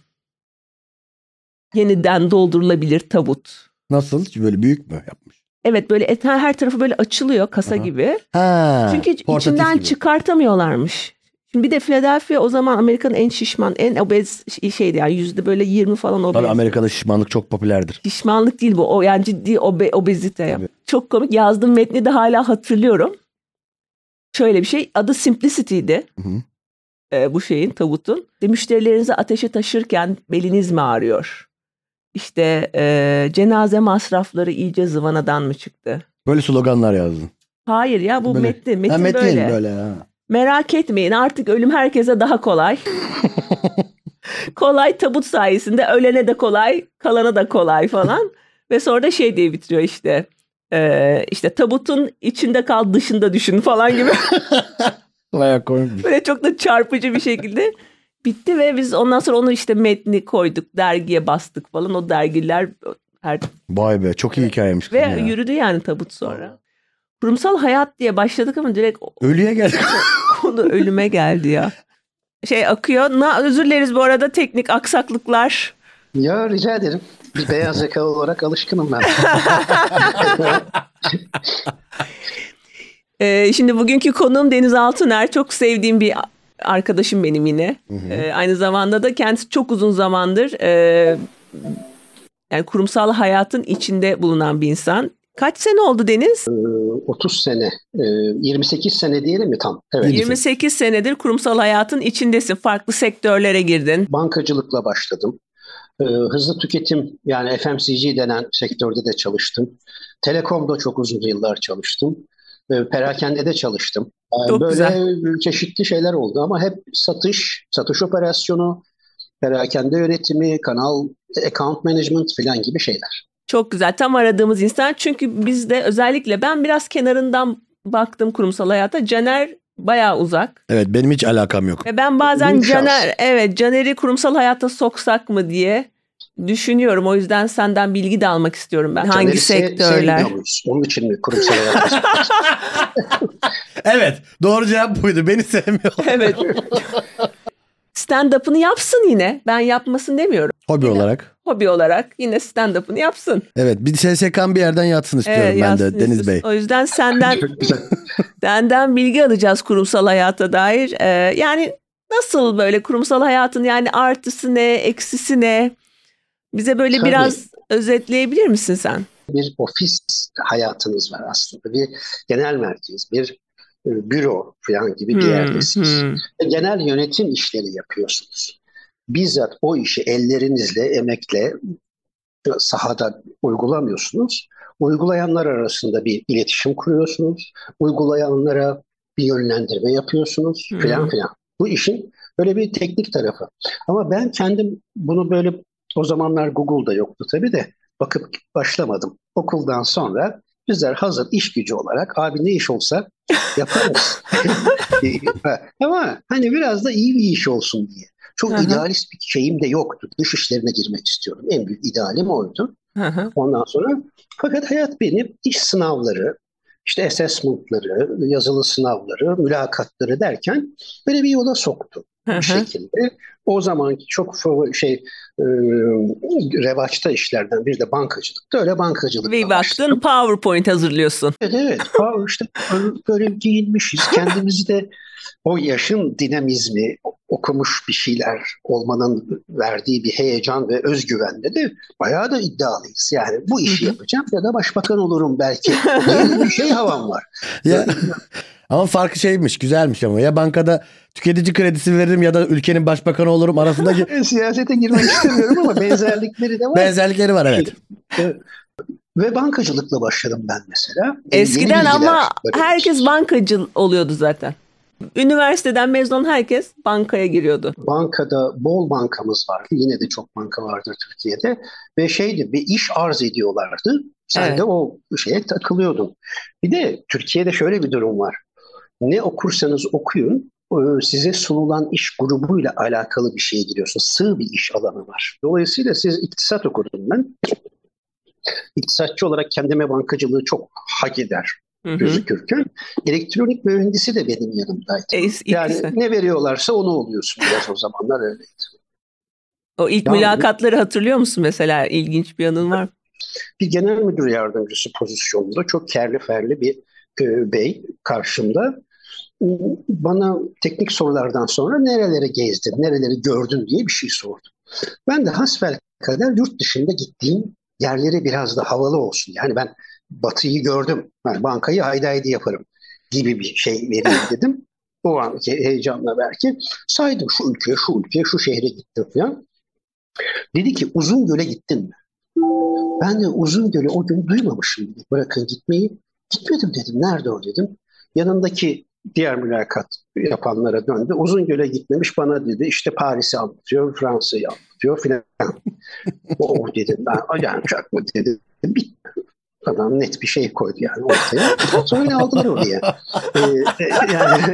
S2: yeniden doldurulabilir tabut.
S1: Nasıl? Böyle büyük mü yapmış?
S2: Evet böyle et, her tarafı böyle açılıyor kasa
S1: Aha.
S2: gibi.
S1: Ha.
S2: Çünkü
S1: portatif
S2: içinden
S1: gibi.
S2: çıkartamıyorlarmış. Şimdi bir de Philadelphia o zaman Amerika'nın en şişman, en obez şey- şeydi yani yüzde böyle 20 falan obez.
S1: Tabii Amerika'da şişmanlık çok popülerdir.
S2: Pişmanlık değil bu. O yani ciddi obe, obezite.
S1: Tabii.
S2: Çok komik. Yazdığım metni de hala hatırlıyorum. Şöyle bir şey. Adı Simplicity'ydi.
S1: Hı hı.
S2: Ee, bu şeyin, tavutun. De, müşterilerinizi ateşe taşırken beliniz mi ağrıyor? İşte e, cenaze masrafları iyice zıvanadan mı çıktı?
S1: Böyle sloganlar yazdın.
S2: Hayır ya bu
S1: Böyle.
S2: metni. Metin,
S1: ha, metin
S2: böyle.
S1: böyle. ha.
S2: Merak etmeyin artık ölüm herkese daha kolay. kolay tabut sayesinde ölene de kolay, kalana da kolay falan. Ve sonra da şey diye bitiriyor işte. Ee, işte tabutun içinde kal dışında düşün falan gibi. *laughs*
S1: Bayağı komik.
S2: Böyle çok da çarpıcı bir şekilde bitti ve biz ondan sonra onu işte metni koyduk, dergiye bastık falan. O dergiler her
S1: Vay be çok iyi hikayemiş.
S2: ve
S1: kızım ya.
S2: yürüdü yani tabut sonra. Kurumsal hayat diye başladık ama direkt
S1: Ölüye geldik.
S2: Konu ölüme geldi ya. Şey akıyor. Na, özür dileriz bu arada teknik aksaklıklar.
S3: Ya rica ederim. Bir beyaz yakalı olarak
S2: *laughs*
S3: alışkınım ben.
S2: Ee, şimdi bugünkü konuğum Deniz Altıner. Çok sevdiğim bir a- arkadaşım benim yine. Ee, aynı zamanda da kendisi çok uzun zamandır e, yani kurumsal hayatın içinde bulunan bir insan. Kaç sene oldu Deniz?
S3: Ee, 30 sene, e, 28 sene diyelim mi tam? Evet.
S2: 28 senedir kurumsal hayatın içindesin. Farklı sektörlere girdin.
S3: Bankacılıkla başladım. Ee, Ee, hızlı tüketim yani FMCG denen sektörde de çalıştım. Telekom'da çok uzun yıllar çalıştım. Ee, perakende de çalıştım. Ee,
S2: Çok
S3: Böyle
S2: güzel.
S3: çeşitli şeyler oldu ama hep satış, satış operasyonu, perakende yönetimi, kanal, account management falan gibi şeyler.
S2: Çok güzel. Tam aradığımız insan. Çünkü biz de özellikle ben biraz kenarından baktım kurumsal hayata. Caner bayağı uzak.
S1: Evet benim hiç alakam yok.
S2: Ve ben bazen
S3: Büyük şans.
S2: Caner, evet Caner'i kurumsal hayata soksak mı diye düşünüyorum. O yüzden senden bilgi de almak istiyorum ben.
S3: Caner'i
S2: Hangi
S1: şey-
S3: se-
S2: sektörler?
S3: sevmiyor muyuz? Onun için mi kurumsal hayat?
S1: Evet doğru cevap buydu beni *laughs* sevmiyor.
S2: *laughs* Evet. Stand-up'ını yapsın yine. Ben yapmasın demiyorum.
S1: Hobi olarak.
S2: Hobi olarak yine stand-up'ını yapsın.
S1: Evet bir SSK'm bir yerden yatsın istiyorum
S2: Evet,
S1: ben
S2: yazsın
S1: de Deniz
S2: istiyorsun.
S1: Bey.
S2: O yüzden senden
S3: Çok güzel.
S2: senden bilgi alacağız kurumsal hayata dair. Ee, yani nasıl böyle kurumsal hayatın yani artısı ne, eksisi ne? Bize böyle
S3: Tabii.
S2: biraz özetleyebilir misin sen?
S3: bir ofis hayatınız var aslında. Bir genel merkez, bir e, büro falan gibi bir yerdesiniz.
S2: Hmm, hmm.
S3: Ve Genel yönetim işleri yapıyorsunuz. Bizzat o işi ellerinizle, emekle sahada uygulamıyorsunuz. Uygulayanlar arasında bir iletişim kuruyorsunuz. Uygulayanlara bir yönlendirme yapıyorsunuz
S2: Hı.
S3: filan filan. Bu işin böyle bir teknik tarafı. Ama ben kendim bunu böyle o zamanlar Google'da yoktu tabii de bakıp başlamadım. Okuldan sonra bizler hazır iş gücü olarak abi ne iş olsa yaparız.
S2: *laughs*
S3: *laughs* Ama hani biraz da iyi bir iş olsun diye. Çok
S2: Hı hı.
S3: idealist bir şeyim de yoktu. Dış işlerine girmek istiyorum. En büyük idealim oydu.
S2: Hı hı.
S3: Ondan sonra fakat hayat benim iş sınavları, işte assessment'ları, yazılı sınavları, mülakatları derken böyle bir yola soktu
S2: Hı
S3: bir
S2: hı.
S3: şekilde. O zamanki çok favori şey e, revaçta işlerden biri de bankacılıktı. Öyle bankacılıkla
S2: Bir
S3: başladım.
S2: baktın PowerPoint hazırlıyorsun.
S3: Evet, evet. Aa, işte böyle- böyle
S2: *laughs*
S3: giyinmişiz. Kendimizi de o yaşın dinamizmi, okumuş bir şeyler olmanın verdiği bir heyecan ve özgüvenle de bayağı da iddialıyız. Yani bu işi
S2: Hı hı.
S3: yapacağım ya da başbakan
S2: *laughs*
S3: olurum belki. Böyle bir şey havam var.
S1: Ya, *laughs* ama farkı şeymiş güzelmiş ama ya bankada tüketici kredisi veririm ya da ülkenin başbakanı olurum
S2: *laughs*
S1: arasındaki
S3: Siyasete girmek istemiyorum ama benzerlikleri de var.
S1: benzerlikleri var evet.
S3: Evet. Ve bankacılıkla başladım ben mesela. Ee, yeni
S2: Eskiden
S3: bilgiler
S2: ama
S3: böyle.
S2: herkes bankacı oluyordu zaten. Üniversiteden mezun herkes bankaya giriyordu.
S3: Bankada bol bankamız vardı. Yine de çok banka vardır Türkiye'de. Ve şeydi bir iş arz ediyorlardı. Sen
S2: Evet.
S3: de o şeye takılıyordun. Bir de Türkiye'de şöyle bir durum var. Ne okursanız okuyun e, size sunulan iş grubuyla alakalı bir şeye giriyorsunuz. Sığ bir iş alanı var. Dolayısıyla siz iktisat okudum ben. İktisatçı olarak kendime bankacılığı çok hak eder
S2: Hı hı.
S3: gözükürken elektronik mühendisi de benim yanımdaydı.
S2: E, is-
S3: yani
S2: ikisi.
S3: ne veriyorlarsa onu oluyorsun biraz o zamanlar öyle.
S2: O ilk
S3: Yani-
S2: mülakatları hatırlıyor musun mesela? İlginç bir anın var mı?
S3: Bir genel müdür yardımcısı pozisyonunda çok kerli ferli bir e, bey karşımda. Bana teknik sorulardan sonra nerelere gezdin, nereleri gördün diye bir şey sordu. Ben de hasbel kadar yurt dışında gittiğim yerleri biraz da havalı olsun. Yani ben batıyı gördüm, yani bankayı haydi haydi yaparım gibi bir şey vereyim dedim. O anki heyecanla belki saydım şu ülkeye, şu ülkeye, şu şehre gittim falan. Dedi ki Uzungöl'e gittin mi? Ben de Uzungöl'ü o gün duymamışım. dedi. Bırakın gitmeyi. Gitmedim dedim. Nerede o dedim. Yanındaki diğer mülakat yapanlara döndü. Uzungöl'e gitmemiş bana dedi. İşte Paris'i anlatıyor, Fransa'yı anlatıyor filan. *laughs* o dedim ben. Yani çok mu dedim. Bir adam net bir şey koydu yani ortaya. Sonra aldılar oraya. Ee, e, yani *laughs*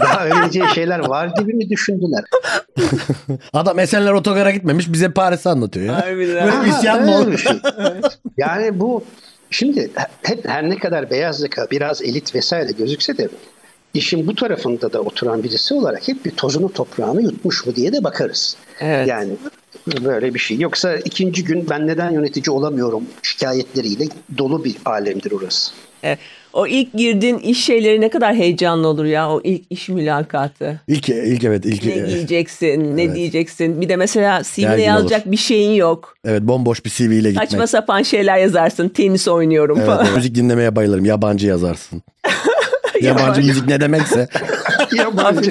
S3: daha öylece şeyler var gibi mi düşündüler?
S1: Adam Esenler Otogar'a gitmemiş bize Paris'i anlatıyor ya.
S2: Harbiden.
S1: Böyle bir isyan mı
S3: öyle
S1: olur?
S3: *laughs* bir şey. yani bu şimdi hep her ne kadar beyaz yaka biraz elit vesaire gözükse de işin bu tarafında da oturan birisi olarak hep bir tozunu toprağını yutmuş mu diye de bakarız.
S2: Evet.
S3: Yani böyle bir şey. Yoksa ikinci gün ben neden yönetici olamıyorum şikayetleriyle dolu bir
S1: *laughs*
S3: alemdir orası.
S2: E, O ilk girdiğin iş şeyleri ne kadar heyecanlı olur ya o ilk iş mülakatı.
S1: İlk, ilk evet ilk.
S2: Ne giyeceksin, ne
S1: Evet.
S2: diyeceksin. Bir de mesela CV'ne
S1: Gergin
S2: yazacak bir şeyin yok.
S1: Evet bomboş bir CV ile gitmek.
S2: Saçma sapan şeyler yazarsın. Tenis oynuyorum
S1: Evet,
S2: falan.
S1: evet. müzik dinlemeye bayılırım. Yabancı
S2: *laughs*
S1: yazarsın. yabancı müzik ne demekse.
S3: Yabancı.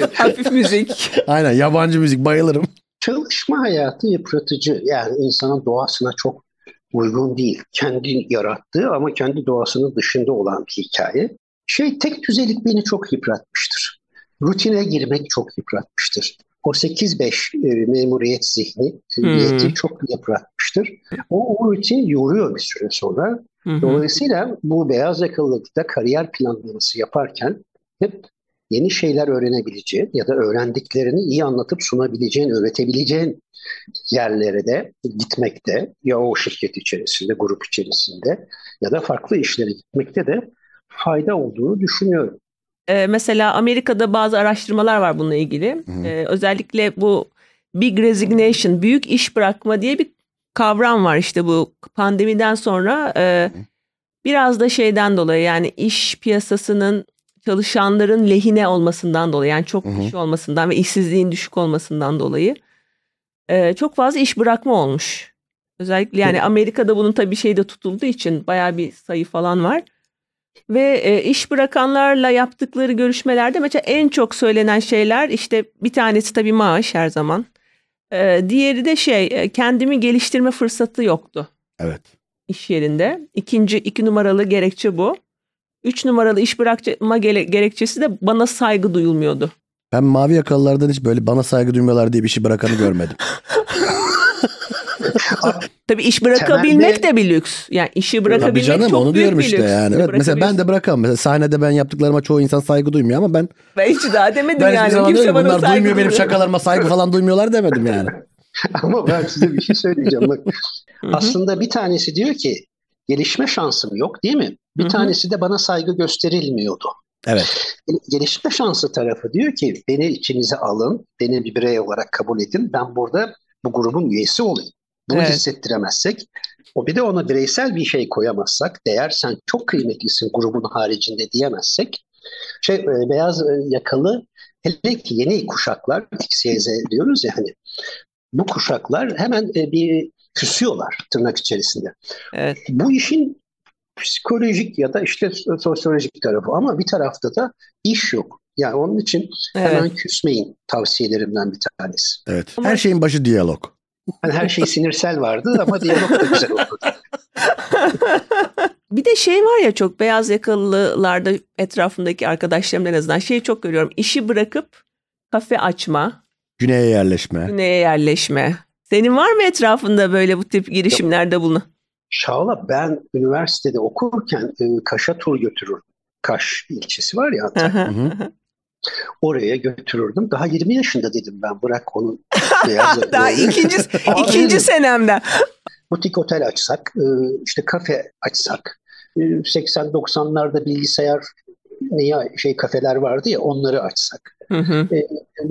S1: *laughs*
S2: hafif, hafif müzik.
S1: Aynen yabancı müzik bayılırım.
S3: Çalışma hayatı yıpratıcı. Yani insanın doğasına çok uygun değil. Kendi yarattığı ama kendi doğasının dışında olan bir hikaye. Şey tek düzelik beni çok yıpratmıştır. Rutine girmek çok yıpratmıştır. O 8-5 e, memuriyet zihni niyeti
S2: Hmm.
S3: çok yıpratmıştır. O, o rutin yoruyor bir süre sonra. Dolayısıyla bu beyaz yakalılıkta kariyer planlaması yaparken hep yeni şeyler öğrenebileceğin ya da öğrendiklerini iyi anlatıp sunabileceğin, öğretebileceğin yerlere de gitmekte ya o şirket içerisinde, grup içerisinde ya da farklı işlere gitmekte de fayda olduğunu düşünüyorum. *laughs*
S2: Ee, mesela Amerika'da bazı araştırmalar var bununla ilgili.
S1: Hı.
S2: Ee, özellikle bu Big Resignation, büyük iş bırakma diye bir kavram var işte bu pandemiden sonra. e, biraz da şeyden dolayı yani iş piyasasının çalışanların lehine olmasından dolayı yani çok
S1: Hı hı.
S2: kişi olmasından ve işsizliğin düşük olmasından dolayı e, çok fazla iş bırakma olmuş. Özellikle yani Amerika'da bunun tabii şeyde tutulduğu için bayağı bir sayı falan var. Ve e, iş bırakanlarla yaptıkları görüşmelerde mesela en çok söylenen şeyler işte bir tanesi tabii maaş her zaman. E, diğeri de şey e, kendimi geliştirme fırsatı yoktu
S1: Evet.
S2: iş yerinde. İkinci iki numaralı gerekçe bu. Üç numaralı iş bırakma gele- gerekçesi de bana saygı duyulmuyordu.
S1: Ben mavi yakalılardan hiç böyle bana saygı duymuyorlar diye bir şey bırakanı görmedim.
S2: Tabii iş bırakabilmek
S3: Temelde-
S2: de bir lüks. Yani işi
S1: Tabii
S2: *laughs* bırakabilmek
S1: canım
S2: çok
S1: onu
S2: büyük
S1: diyorum
S2: bir
S1: işte
S2: lüks.
S1: yani. Evet, mesela ben
S2: Bırakabiliyorsun.
S1: de bırakamam. Mesela sahnede ben yaptıklarıma çoğu insan saygı duymuyor ama ben
S2: *laughs* Ben hiç daha demedim
S1: ben hiçbir
S2: yani.
S1: zaman
S2: Kimse
S1: diyorum
S2: bana
S1: bunlar
S2: saygı
S1: duymuyor benim
S2: duymuyor."
S1: şakalarıma saygı falan duymuyorlar demedim
S2: *laughs*
S1: yani.
S3: Ama ben size bir şey söyleyeceğim. Bak,
S2: Hı hı.
S3: aslında bir tanesi diyor ki gelişme şansım yok değil mi? Bir
S2: Hı hı.
S3: tanesi de bana saygı gösterilmiyordu.
S1: Evet.
S3: gelişme şansı tarafı diyor ki beni içinize alın, beni bir birey olarak kabul edin. Ben burada bu grubun üyesi olayım. Bunu
S2: Evet.
S3: hissettiremezsek, o bir de ona bireysel bir şey koyamazsak, değer sen çok kıymetlisin grubun haricinde diyemezsek, şey e, beyaz e, yakalı hele ki yeni kuşaklar, X, Y, Z diyoruz ya hani, bu kuşaklar hemen e, bir küsüyorlar tırnak içerisinde
S2: Evet.
S3: bu işin psikolojik ya da işte sosyolojik tarafı ama bir tarafta da iş yok. Yani onun için hemen
S2: Evet.
S3: küsmeyin tavsiyelerimden bir tanesi.
S1: Evet.
S2: Ama-
S1: Her şeyin başı diyalog.
S2: *laughs*
S3: Hani her şey sinirsel vardı ama diyalog da güzel oldu.
S2: bir de şey var ya çok beyaz yakalılarda etrafımdaki arkadaşlarımda en azından şeyi çok görüyorum. İşi bırakıp kafe açma,
S1: Güneye yerleşme.
S2: güneye yerleşme. Senin var mı etrafında böyle bu tip girişimlerde bulunan?
S3: Şahla ben üniversitede okurken e, Kaş'a tur götürürdüm. Kaş ilçesi var ya
S2: Hı
S3: Antalya.
S2: hı.
S1: Hı-hı.
S3: oraya götürürdüm. Daha 20 yaşında dedim ben bırak onu.
S2: *laughs*
S3: beyaz
S2: Ah, *laughs* Daha
S3: yakalıyı.
S2: ikinci,
S3: Aa,
S2: ikinci
S3: dedim.
S2: senemde.
S3: *laughs* butik otel açsak, e, işte kafe açsak, e, 80-90'larda bilgisayar neye şey kafeler vardı ya onları açsak.
S2: Hı hı.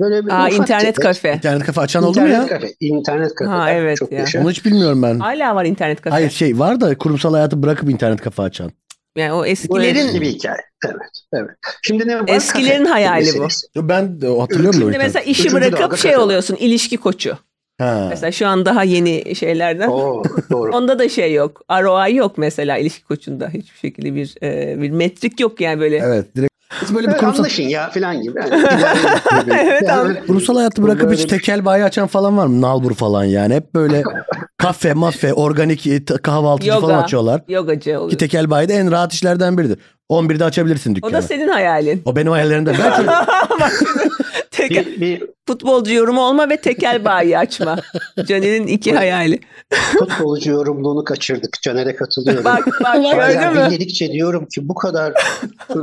S3: Böyle bir
S2: Aa,
S3: ufak
S2: internet
S3: tefek-
S2: kafe.
S1: İnternet kafe açan oldu mu
S3: İnternet
S1: ya?
S3: kafe. İnternet kafe.
S2: Ha, evet
S3: çok
S2: ya.
S3: yaşa.
S1: Onu hiç bilmiyorum ben.
S2: Hala var internet kafe.
S1: Hayır şey var da kurumsal hayatı bırakıp internet kafe açan.
S2: Yani o
S3: Bu
S2: eskilerin
S3: eski bir hikaye. Evet, evet. Şimdi ne var?
S2: Eskilerin
S3: Kafe
S2: hayali bu. *laughs*
S3: meselesi.
S1: Yo, Ben de hatırlıyorum da o
S2: şimdi
S1: internet.
S2: mesela işi
S3: Üçüncü
S2: bırakıp
S3: dalga
S2: şey
S3: kafe.
S2: oluyorsun ilişki koçu.
S1: Ha.
S2: Mesela şu an daha yeni şeylerden.
S3: Oo, doğru.
S2: Onda da şey yok. ROI yok mesela ilişki koçunda. Hiçbir şekilde bir e, bir metrik yok yani böyle.
S1: Evet direkt. Biz böyle bir
S3: Evet,
S1: kurumsal,
S3: Anlaşın ya filan gibi. Yani, idare edin.
S2: *laughs* Evet,
S3: Yani
S2: anladım.
S3: öyle-
S1: kurumsal hayatı bırakıp
S3: Böyle
S1: hiç
S3: bir-
S1: tekel bayi açan falan var mı? Nalbur falan yani. Hep
S2: *laughs*
S1: böyle kafe mafe organik e, ta- kahvaltıcı
S2: Yoga.
S1: falan açıyorlar.
S2: Yogacı
S1: Ki
S2: oluyor.
S1: tekel bayi de en rahat işlerden biridir. 11'de açabilirsin dükkanı.
S2: O da senin hayalin.
S1: O benim hayallerimde. Ben çocuk-
S2: *laughs* Bak şimdi, tekel,
S3: Bir, bir
S2: futbolcu yorumu olma ve tekel bayi açma.
S3: *laughs*
S2: Caner'in iki hayali.
S3: futbolcu yorumluğunu kaçırdık. Caner'e katılıyorum. *laughs*
S2: Bak bak gördün
S3: Bazen
S2: mü?
S3: dinledikçe diyorum ki bu kadar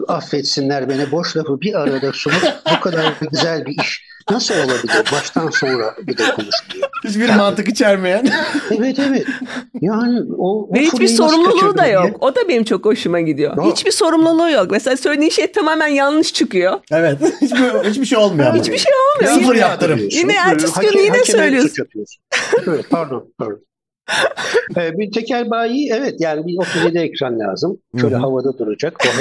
S3: affetsinler beni boş lafı bir arada sunup bu kadar güzel bir iş nasıl olabilir baştan sonra bir de konuşuluyor.
S1: Hiçbir mantık içermeyen.
S2: *laughs*
S3: Evet evet yani o, o
S2: Ve hiçbir
S3: furayı nasıl
S2: sorumluluğu da
S3: kaçırdım
S2: yok.
S3: diye.
S2: O da benim çok hoşuma gidiyor.
S3: Doğru.
S2: Hiçbir sorumluluğu yok. Mesela söylediğin şey tamamen yanlış çıkıyor.
S1: evet. Hiçbir, hiçbir şey olmuyor. ama.
S2: Hiçbir şey olmuyor.
S1: Sıfır
S2: Yine-
S1: yaptırım.
S2: Yine ertesi
S3: Hake-
S2: günü yine
S3: hakeme
S2: söylüyorsun.
S3: suç yapıyorsun. evet pardon
S2: *laughs*
S3: pardon. Ee, bir tekel bayi evet yani bir 37 ekran lazım. Şöyle
S1: Hı hı.
S3: havada duracak. O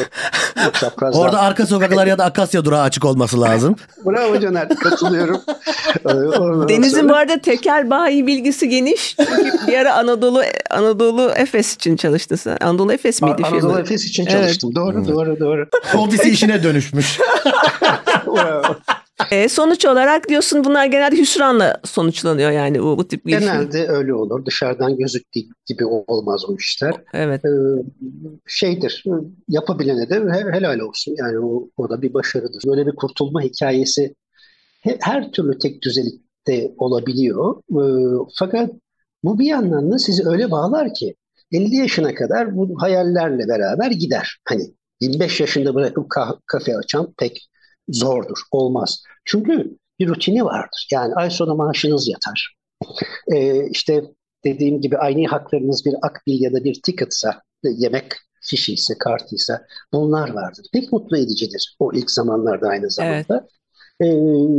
S3: hep çapraz
S1: Orada arka sokaklar ya da akasya durağı açık olması
S2: *laughs*
S1: lazım.
S3: Bravo Caner katılıyorum. Ee, oradan
S2: Deniz'in
S3: sonra-
S2: bu arada tekel bayi bilgisi geniş. Çünkü bir ara Anadolu Anadolu Efes için çalıştı. Sen- Anadolu Efes miydi
S3: Anadolu
S2: firma?
S3: Efes için
S2: şey Evet. *laughs*
S3: çalıştım. Doğru, doğru, doğru.
S1: Hobisi işine dönüşmüş.
S3: Bravo.
S2: E, sonuç olarak diyorsun bunlar genelde hüsranla sonuçlanıyor yani bu, bu tip gelişmeler.
S3: Genelde öyle olur. Dışarıdan gözüktüğü gibi olmaz bu işler.
S2: Evet.
S3: Ee, şeydir, yapabilene de he- helal olsun. Yani o, o da bir başarıdır. Böyle bir kurtulma hikayesi he- her türlü tek düzelikte olabiliyor. Ee, fakat bu bir yandan da sizi öyle bağlar ki 50 yaşına kadar bu hayallerle beraber gider. Hani 25 yaşında bırakıp ka- kafe açan pek zordur, olmaz. Çünkü bir rutini vardır. Yani ay sonu maaşınız yatar. *laughs* Ee, işte dediğim gibi aynı haklarınız bir akbil ya da bir ticketsa, yemek fişi ise, kartıysa bunlar vardır. Pek mutlu edicidir o ilk zamanlarda aynı zamanda. Ee,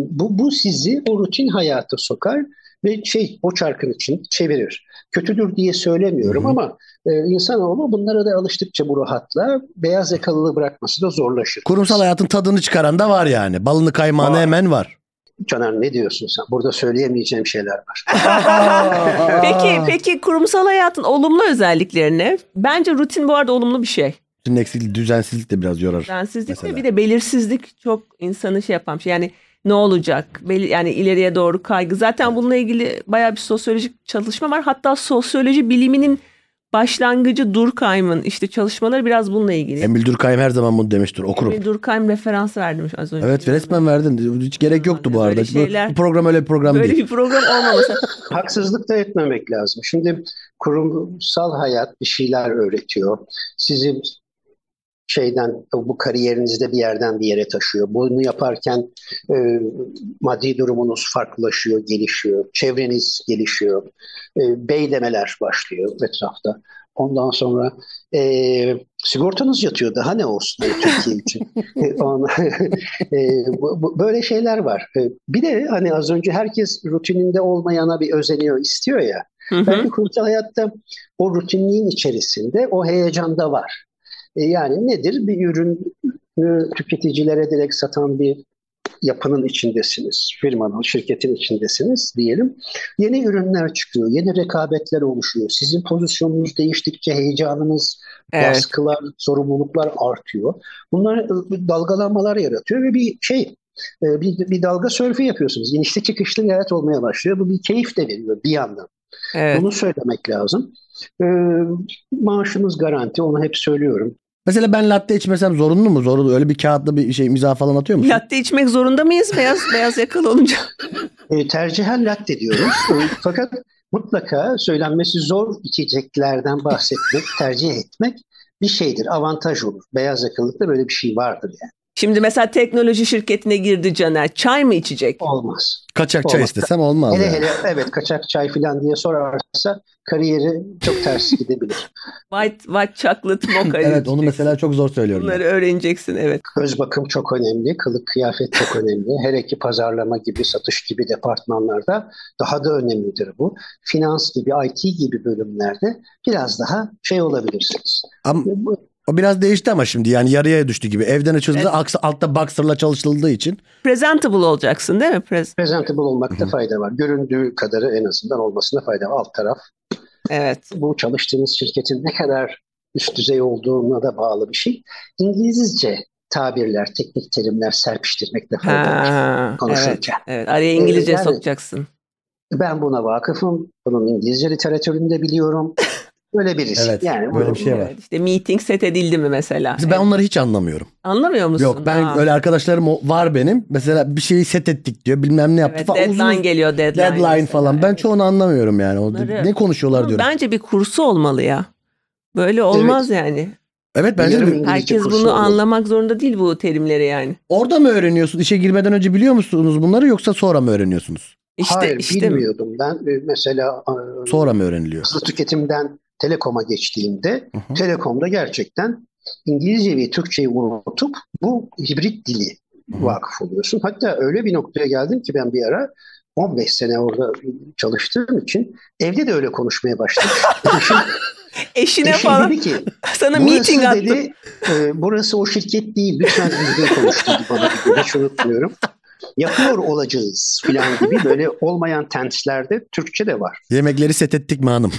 S3: bu, bu sizi o rutin hayata sokar ve şey o çarkın için çevirir. Kötüdür diye söylemiyorum
S1: Hı hı.
S3: ama e, insanoğlu bunlara da alıştıkça bu rahatla beyaz yakalılığı bırakması da zorlaşır.
S1: Kurumsal hayatın tadını çıkaran da var yani. Balını kaymağını
S3: Var.
S1: hemen var.
S3: Caner ne diyorsun sen? Burada söyleyemeyeceğim şeyler var.
S1: *laughs*
S2: Peki peki kurumsal hayatın olumlu özelliklerini bence rutin bu arada olumlu bir şey.
S1: Bütün eksiklik, düzensizlik de biraz yorar.
S2: Düzensizlik de
S1: Mesela.
S2: bir de belirsizlik çok insanı şey yapan bir şey. Yani ne olacak? Beli- yani ileriye doğru kaygı. Zaten bununla ilgili bayağı bir sosyolojik çalışma var. Hatta sosyoloji biliminin başlangıcı Durkheim'ın işte çalışmaları biraz bununla ilgili.
S1: Emil Durkheim her zaman bunu demiştir. Okurum.
S2: Bir Durkheim referans verdim az önce.
S1: Evet resmen verdin. Hiç gerek yoktu bu
S2: şey. Böyle
S1: arada. Bu-
S2: şeyler-
S1: Bu program öyle bir program
S2: Böyle
S1: değil.
S2: bir program
S1: *laughs*
S2: olmaması.
S3: Haksızlık da etmemek lazım. Şimdi kurumsal hayat bir şeyler öğretiyor. Sizi şeyden bu kariyerinizde bir yerden bir yere taşıyor. Bunu yaparken e, maddi durumunuz farklılaşıyor, gelişiyor. Çevreniz gelişiyor. E, bey demeler başlıyor etrafta. Ondan sonra e, sigortanız yatıyor. Daha ne olsun hani Türkiye için? E, on- e, bu- bu- böyle şeyler var. E, bir de hani az önce herkes rutininde olmayana bir özeniyor, istiyor ya.
S2: Hı hı.
S3: Belki kurumsal hayatta o rutinliğin içerisinde o heyecanda var. E, Yani nedir? Bir ürünü tüketicilere direkt satan bir yapının içindesiniz. Firmanın, şirketin içindesiniz diyelim. Yeni ürünler çıkıyor, yeni rekabetler oluşuyor. Sizin pozisyonunuz değiştikçe heyecanınız,
S2: evet.
S3: baskılar, sorumluluklar artıyor. Bunlar e, dalgalanmalar yaratıyor ve bir şey, e, bir, bir dalga sörfü yapıyorsunuz. İnişli çıkışlı bir hayat olmaya başlıyor. Bu bir keyif de veriyor bir yandan.
S2: Evet.
S3: Bunu söylemek lazım. Ee, maaşımız garanti, onu hep söylüyorum.
S1: Mesela ben latte içmesem zorunlu mu? Zorunlu. Öyle bir kağıtla bir şey imza falan atıyor musun?
S2: Latte içmek zorunda mıyız beyaz beyaz yakalı olunca? *laughs*
S3: Ee, tercihen latte diyoruz. Ee, Fakat mutlaka söylenmesi zor içeceklerden bahsetmek, tercih etmek bir şeydir, avantaj olur. Beyaz yakalılıkta böyle bir şey vardır yani.
S2: Şimdi mesela teknoloji şirketine girdi Caner. Çay mı içecek?
S1: Oh.
S3: Olmaz.
S1: Kaçak çay
S3: Olmaz.
S1: istesem olmaz.
S3: Hele
S1: yani.
S3: hele evet kaçak çay falan diye sorarsa kariyeri çok ters gidebilir.
S2: White, white chocolate mocha
S1: Evet
S2: içeceksin.
S1: onu mesela çok zor söylüyorum. ben.
S2: Bunları öğreneceksin evet.
S3: Göz bakım çok önemli, kılık kıyafet çok önemli. Her iki pazarlama gibi, satış gibi departmanlarda daha da önemlidir bu. Finans gibi, IT gibi bölümlerde biraz daha şey olabilirsiniz.
S1: Ama
S3: Bu-
S1: o biraz değişti ama şimdi yani yarıya düştü gibi. Evden açıyoruz
S2: Evet.
S1: aksa- altta boxer'la çalışıldığı için.
S2: Presentable olacaksın değil mi? Pres
S3: Presentable olmakta fayda var. Göründüğü kadarı en azından olmasına fayda var. Alt taraf
S2: evet.
S3: bu çalıştığınız şirketin ne kadar üst düzey olduğuna da bağlı bir şey. İngilizce tabirler, teknik terimler serpiştirmekte fayda var
S2: Ha, evet.
S3: konuşurken.
S2: Evet, araya İngilizce
S3: Ee, Yani-
S2: sokacaksın.
S3: Ben buna vakıfım. Bunun İngilizce literatürünü de biliyorum. Böyle birisi.
S1: Evet,
S3: yani
S1: böyle
S3: bu-
S1: bir şey var.
S2: Evet, işte meeting set edildi mi mesela?
S1: Mesela ben
S2: Evet.
S1: onları hiç anlamıyorum.
S2: Anlamıyor musun?
S1: Yok ben
S2: Aa,
S1: öyle arkadaşlarım o- var benim. Mesela bir şeyi set ettik diyor. Bilmem ne yaptı
S2: evet,
S1: falan.
S2: deadline
S1: Uzun uzun-
S2: geliyor deadline.
S1: deadline
S2: mesela,
S1: falan. Ben
S2: evet.
S1: çoğunu anlamıyorum yani. O-
S2: Bunları-
S1: Ne konuşuyorlar
S2: Ama
S1: diyorum.
S2: Bence bir kursu olmalı ya. Böyle olmaz yani.
S1: Evet bence de
S3: Yarım İngilizce
S2: Herkes
S3: kursu
S2: bunu
S3: olur.
S2: anlamak zorunda değil bu terimleri yani.
S1: Orada mı öğreniyorsun? İşe girmeden önce biliyor musunuz bunları yoksa sonra mı öğreniyorsunuz?
S2: İşte
S3: Hayır
S2: işte
S3: bilmiyordum. Ben e, mesela e,
S1: Sonra mı öğreniliyor?
S3: hızlı tüketimden Telekom'a geçtiğimde
S1: Hı hı.
S3: Telekom'da gerçekten İngilizce ve Türkçeyi unutup bu hibrit dili
S1: Hı hı.
S3: vakıf oluyorsun. Hatta öyle bir noktaya geldim ki ben bir ara 15 sene orada çalıştığım için evde de öyle
S2: *laughs*
S3: konuşmaya başladım. Eşim,
S2: eşine
S3: eşim
S2: falan
S3: dedi ki
S2: *laughs* sana
S3: Burası
S2: meeting attı.
S3: dedi, e, burası o şirket değil. Lütfen düzgün konuş dedi bana. bir gün. Hiç unutmuyorum. Yapıyor olacağız falan gibi böyle olmayan tenslerde Türkçe de var.
S1: Yemekleri set ettik mi hanım?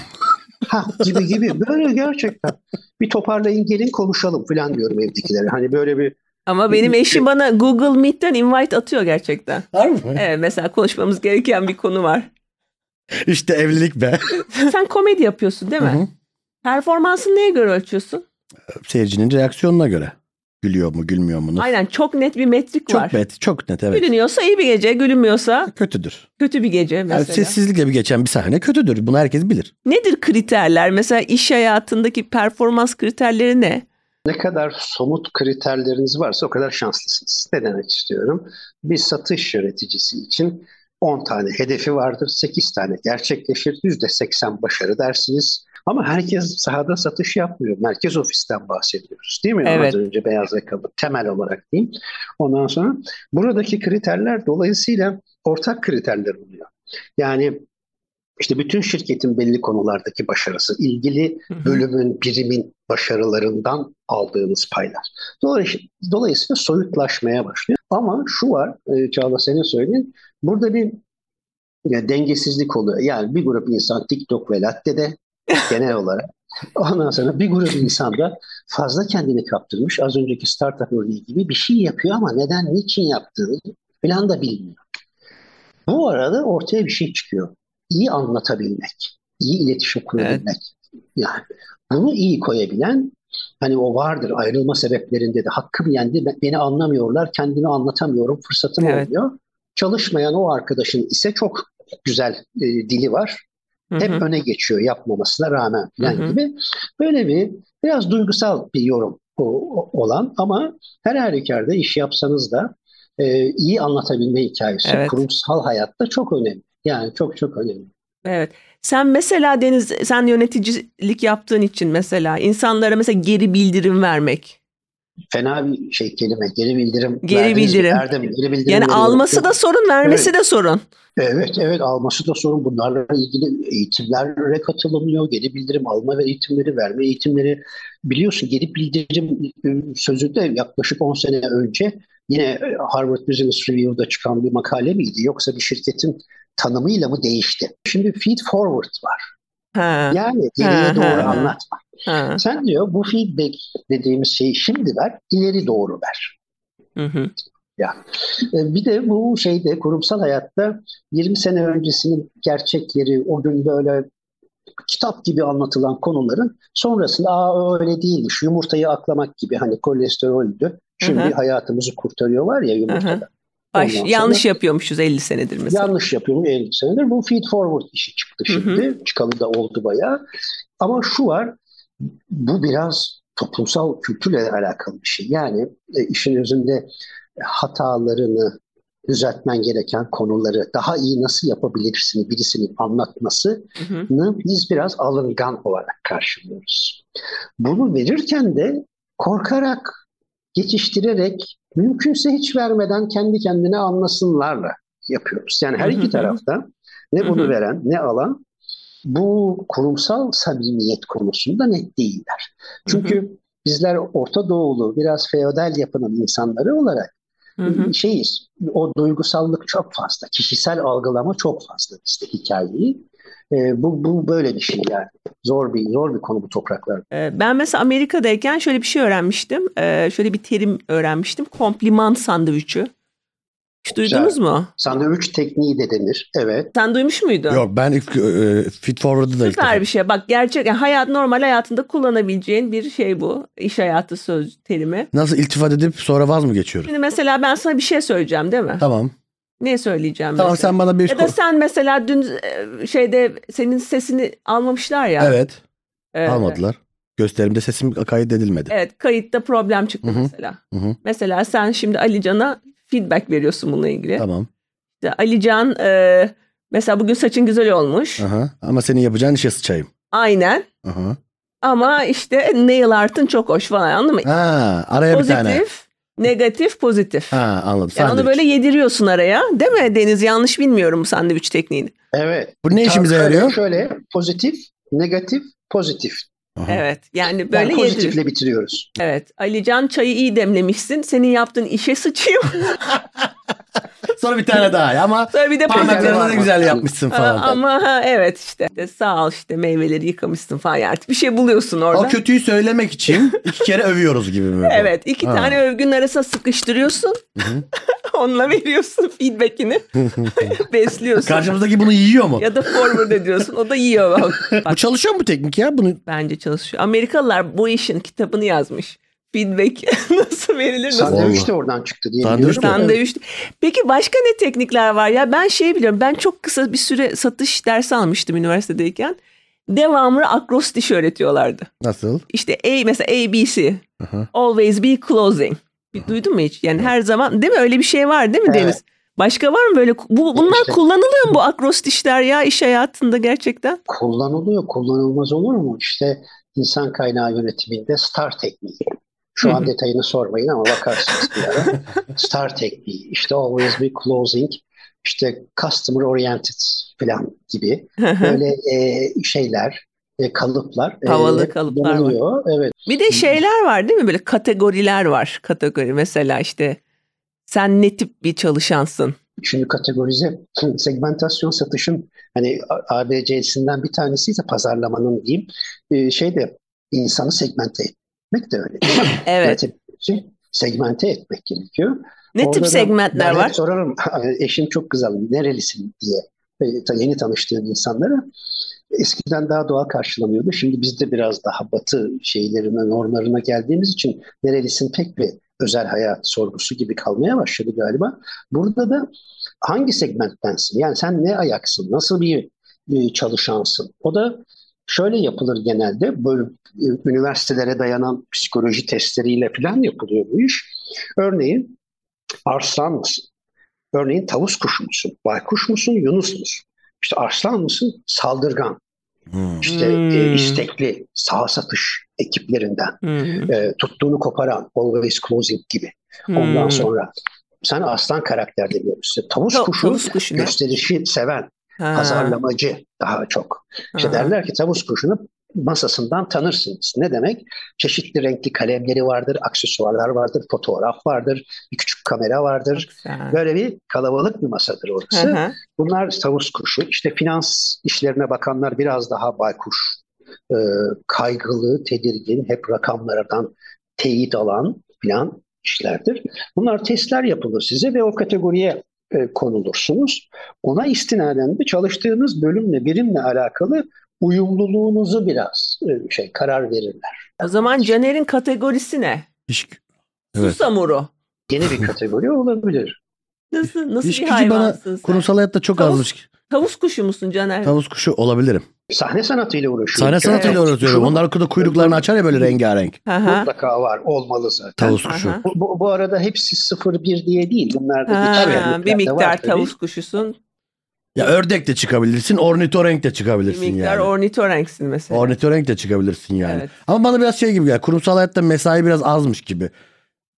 S3: Ha gibi gibi böyle gerçekten. Bir toparlayın gelin konuşalım falan diyorum evdekilere. Hani böyle bir
S2: Ama benim eşim bana Google Meet'ten invite
S1: *laughs*
S2: atıyor gerçekten.
S1: Harbi mi?
S2: Evet mesela konuşmamız gereken bir konu var.
S1: İşte evlilik be.
S2: Sen komedi yapıyorsun değil mi?
S1: Hı hı.
S2: Performansını neye göre ölçüyorsun?
S1: Seyircinin reaksiyonuna göre. Gülüyor mu gülmüyor mu?
S2: Aynen çok net bir metrik
S1: çok
S2: var.
S1: net çok net evet.
S2: Gülünüyorsa iyi bir gece, gülünmüyorsa
S1: Kötüdür.
S2: kötü bir gece
S1: Yani
S2: mesela.
S1: sessizlikle bir geçen bir sahne kötüdür. Bunu herkes bilir.
S2: Nedir kriterler? Mesela iş hayatındaki performans kriterleri ne?
S3: Ne kadar somut kriterleriniz varsa o kadar şanslısınız. Ne demek istiyorum? Bir satış yöneticisi için 10 tane hedefi vardır, 8 tane gerçekleşir, %80 başarı dersiniz. Ama herkes sahada satış yapmıyor. Merkez ofisten bahsediyoruz değil mi?
S2: Evet.
S3: Az önce beyaz yakalı temel olarak diyeyim. Ondan sonra buradaki kriterler dolayısıyla ortak kriterler oluyor. Yani işte bütün şirketin belli konulardaki başarısı, ilgili
S2: Hı hı.
S3: bölümün, birimin başarılarından aldığınız paylar. Dolayısıyla, dolayısıyla soyutlaşmaya başlıyor. Ama şu var, e, Çağla senin söylediğin, burada bir ya, dengesizlik oluyor. Yani bir grup insan TikTok
S2: *laughs*
S3: ve Latte'de genel olarak. Ondan sonra bir grup insan da fazla kendini kaptırmış. Az önceki startup örneği gibi bir şey yapıyor ama neden, niçin yaptığını falan da bilmiyor. Bu arada ortaya bir şey çıkıyor. İyi anlatabilmek, iyi iletişim kurabilmek. Yani bunu iyi koyabilen hani o vardır ayrılma sebeplerinde de hakkım yendi be- beni anlamıyorlar kendimi anlatamıyorum fırsatım
S2: Evet.
S3: olmuyor. Çalışmayan o arkadaşın ise çok güzel e, dili var.
S2: Hı
S3: Hep
S2: hı.
S3: öne geçiyor yapmamasına rağmen falan
S2: Hı hı.
S3: gibi. Böyle bir biraz duygusal bir yorum o- o- olan ama her halükarda iş yapsanız da e, iyi anlatabilme hikayesi
S2: Evet.
S3: kurumsal hayatta çok önemli. Yani çok çok önemli.
S2: Evet. Sen mesela Deniz, sen yöneticilik yaptığın için mesela insanlara mesela geri bildirim vermek.
S3: fena bir şey kelime. Geri bildirim.
S2: Geri
S3: verdiniz mi?
S2: bildirim.
S3: Verdim. Geri bildirim.
S2: Yani
S3: veriyorum.
S2: alması da sorun, vermesi de sorun.
S3: Evet evet alması da sorun. Bunlarla ilgili eğitimlere katılınıyor. Geri bildirim alma ve eğitimleri verme eğitimleri. Biliyorsun geri bildirim e, sözü de yaklaşık 10 sene önce yine e, Harvard Business Review'da çıkan bir makale miydi? Yoksa bir şirketin tanımıyla mı değişti? Şimdi feed forward var.
S2: Ha,
S3: Yani geriye
S2: Ha,
S3: doğru
S2: ha, ha.
S3: anlatma.
S2: ha.
S3: Sen diyor bu feedback dediğimiz şeyi şimdi ver, ileri doğru ver.
S2: Hı hı.
S3: E, Bir de bu şeyde kurumsal hayatta 20 sene öncesinin gerçekleri, o gün böyle kitap gibi anlatılan konuların sonrasında aa öyle değilmiş, yumurtayı aklamak gibi hani kolesteroldü. Şimdi
S2: Hı hı.
S3: hayatımızı kurtarıyor var ya
S2: Hı
S3: yumurtada.
S2: Ay,
S3: Ondan sonra-
S2: yanlış yapıyormuşuz 50 senedir mesela.
S3: Yanlış yapıyorum 50 senedir. Bu feed forward işi çıktı
S2: Hı hı.
S3: şimdi. Çıkalı da oldu bayağı. Ama şu var, bu biraz toplumsal kültürle alakalı bir şey. Yani e, işin özünde hatalarını düzeltmen gereken konuları daha iyi nasıl yapabilirsin birisinin anlatması
S2: Hı hı.
S3: Bunu biz biraz alıngan olarak karşılıyoruz. Bunu verirken de korkarak, geçiştirerek, mümkünse hiç vermeden kendi kendine anlasınlarla yapıyoruz. Yani her
S2: Hı hı hı.
S3: iki tarafta ne
S2: Hı hı.
S3: bunu veren ne alan bu kurumsal samimiyet konusunda net değiller. Çünkü bizler Orta Doğulu biraz feodal yapının insanları olarak
S2: Hı hı.
S3: Ee, şeyiz. O duygusallık çok fazla. Kişisel algılama çok fazla işte hikayeyi. Ee, bu, bu böyle bir şey yani. Zor bir zor bir konu bu topraklar.
S2: Ee, Ben mesela Amerika'dayken şöyle bir şey öğrenmiştim. Ee, Şöyle bir terim öğrenmiştim. Kompliman sandviçü. Hiç
S3: Güzel.
S2: duydunuz mu?
S3: Sandviç tekniği de denir. Evet.
S2: Sen duymuş muydun?
S1: Yok ben ilk e, fit forward'ı da ilk
S2: Süper
S1: defa-
S2: bir şey. Bak gerçek yani hayat normal hayatında kullanabileceğin bir şey bu. İş hayatı söz terimi.
S1: Nasıl iltifat edip sonra vaz mı geçiyoruz?
S2: Şimdi mesela ben sana bir şey söyleyeceğim değil mi?
S1: Tamam.
S2: Ne söyleyeceğim
S1: Tamam
S2: mesela?
S1: sen bana bir...
S2: Ya da sen mesela dün e, şeyde senin sesini almamışlar ya.
S1: Evet
S2: E,
S1: almadılar. Gösterimde sesim kaydedilmedi.
S2: Evet kayıtta problem çıktı
S1: Hı hı.
S2: mesela.
S1: Hı hı.
S2: Mesela sen şimdi Ali Can'a feedback veriyorsun bununla ilgili.
S1: Tamam.
S2: İşte Ali Can e, mesela bugün saçın güzel olmuş.
S1: Aha. Ama senin yapacağın işe sıçayım.
S2: Aynen.
S1: Aha.
S2: Ama işte nail art'ın çok hoş falan anladın mı?
S1: Ha, araya bir tane.
S2: pozitif, negatif, pozitif.
S1: Ha anladım.
S2: Yani
S1: Sandviç.
S2: onu böyle yediriyorsun araya. Değil mi Deniz? Yanlış bilmiyorum bu sandviç tekniğini.
S3: Evet.
S1: Bu ne işimize
S3: Şöyle-
S1: yarıyor?
S3: Şöyle pozitif, negatif, pozitif.
S1: Aha.
S2: Evet. Yani
S3: Böyle
S2: böyle
S3: yani
S2: yedir.
S3: pozitifle bitiriyoruz.
S2: Evet. Alican çayı iyi demlemişsin. Senin yaptığın işe sıçayım.
S1: Sonra bir tane daha ya ama
S2: *laughs* Sonra bir de
S1: parmaklarını
S3: Parmaklarına
S1: ne güzel yapmışsın
S2: Aa,
S1: falan.
S2: ama ha, evet işte. De, sağ ol işte meyveleri yıkamışsın falan. Yani artık bir şey buluyorsun orada.
S1: O kötüyü söylemek
S2: *laughs*
S1: için iki kere övüyoruz gibi mi? bu?
S2: Evet iki
S1: Ha.
S2: tane övgünün arasına sıkıştırıyorsun. *laughs* Onunla veriyorsun feedbackini. *laughs* Besliyorsun.
S1: Karşımızdaki bunu yiyor mu?
S2: Ya da forward ediyorsun. O da yiyor bak.
S1: Bu çalışıyor mu bu teknik ya? Bunu
S2: Bence çalışıyor. Amerikalılar bu işin kitabını yazmış. Feedback *laughs* nasıl verilir nasıl
S1: Vallahi.
S3: Sandviç de oradan çıktı diye
S1: Sandviç
S3: biliyorum.
S1: de
S2: Sen de üç- Peki başka ne teknikler var ya? Ben şey biliyorum. Ben çok kısa bir süre satış dersi almıştım üniversitedeyken. Devamlı akrostiş öğretiyorlardı.
S1: nasıl?
S2: İşte A mesela ABC.
S1: Aha.
S2: Always be closing. Bir duydun mu hiç? Yani her zaman değil mi? Öyle bir şey var değil mi
S3: Evet. şey.
S2: Deniz? Başka var mı böyle? Bu, bunlar
S3: İşte.
S2: kullanılıyor mu bu akrostişler ya iş hayatında gerçekten?
S3: Kullanılıyor, kullanılmaz olur mu? İşte insan kaynağı yönetiminde STAR tekniği. Şu an detayını sormayın ama bakarsınız
S2: *laughs*
S3: bir ara. STAR tekniği, işte always be closing, işte customer oriented falan gibi böyle e, şeyler, e, kalıplar. e,
S2: Havalı kalıplar var.
S3: kullanılıyor. Evet.
S2: Bir de şeyler var değil mi? Böyle kategoriler var. Kategori mesela işte sen ne tip bir çalışansın?
S3: Üçüncü kategorize *laughs* segmentasyon satışın hani A- ABC'sinden bir tanesi ise pazarlamanın diyeyim. E, şey de insanı segmente etmek de öyle.
S2: *laughs* Evet.
S3: Yönetim- segmente etmek gerekiyor.
S2: Ne
S3: Orada
S2: tip
S3: da
S2: segmentler
S3: ben hep
S2: var?
S3: sorarım *laughs* eşim çok kızar nerelisin diye E, ta- yeni tanıştığım insanlara. Eskiden daha doğal karşılanıyordu. Şimdi biz de biraz daha batı şeylerine, normlarına geldiğimiz için nerelisin pek bir özel hayat sorgusu gibi kalmaya başladı galiba. Burada da hangi segmenttensin? Yani sen ne ayaksın? Nasıl bir e, çalışansın? O da şöyle yapılır genelde. Böyle e, üniversitelere dayanan psikoloji testleriyle falan yapılıyor bu iş. Örneğin arslan mısın? Örneğin tavus kuşu musun? Baykuş musun? Yunus musun? İşte arslan mısın? Saldırgan.
S1: Hmm.
S3: İşte e,
S2: Hmm.
S3: istekli sağ satış ekiplerinden.
S2: Hmm,
S3: e, tuttuğunu koparan. Always closing gibi.
S2: hmm.
S3: Ondan sonra sen aslan karakter demiyorsun. Tavus
S2: Ta-
S3: kuşu
S2: tavus kuşu ne?
S3: gösterişi seven,
S2: Ha,
S3: pazarlamacı daha çok. İşte
S2: ha.
S3: şey derler ki tavus kuşunu masasından tanırsınız. Ne demek? Çeşitli renkli kalemleri vardır, aksesuarlar vardır, fotoğraf vardır, bir küçük kamera vardır.
S2: Çok güzel.
S3: Böyle bir kalabalık bir masadır
S2: Hı
S3: orası.
S2: hı.
S3: Bunlar tavus kuşu. İşte finans işlerine bakanlar biraz daha baykuş. Ee, kaygılı, tedirgin, hep rakamlardan teyit alan filan işlerdir. Bunlar testler yapılır size ve o kategoriye e, konulursunuz. Ona istinaden de çalıştığınız bölümle, birimle alakalı uyumluluğunuzu biraz e, şey karar verirler.
S2: O zaman Caner'in kategorisi ne?
S1: İş,
S2: Susamuru.
S1: Evet. *laughs*
S3: Yeni bir kategori olabilir.
S2: Nasıl, nasıl
S1: iş
S2: bir
S1: gücü bana
S2: hayvansın sen?
S1: kurumsal hayatta çok
S2: Tavus-
S1: azmış.
S2: Tavus kuşu musun Caner?
S1: Tavus kuşu olabilirim.
S3: Sahne sanatıyla uğraşıyorum.
S1: Sahne sanatıyla
S3: Tavus
S1: uğraşıyorum.
S3: kuşunun
S1: Onlar okulda kuyruklarını açar ya böyle rengarenk.
S2: Hı hı.
S3: Mutlaka var, olmalı zaten.
S1: Tavus
S2: Aha.
S1: kuşu.
S3: Bu, bu, bu arada hepsi 0-1 diye değil. Bunlar da
S2: Ha,
S3: geçer. Yani
S2: bir
S3: miktarda
S2: miktar
S3: var tabii.
S2: tavus kuşusun,
S1: Ya ördek de çıkabilirsin, ornitorenk de
S2: bir
S1: çıkabilirsin
S2: miktar
S1: yani.
S2: ornitorenksin mesela.
S1: Ornitorenk de çıkabilirsin yani.
S2: Evet.
S1: Ama bana biraz şey gibi geldi. Kurumsal hayatta mesai biraz azmış gibi.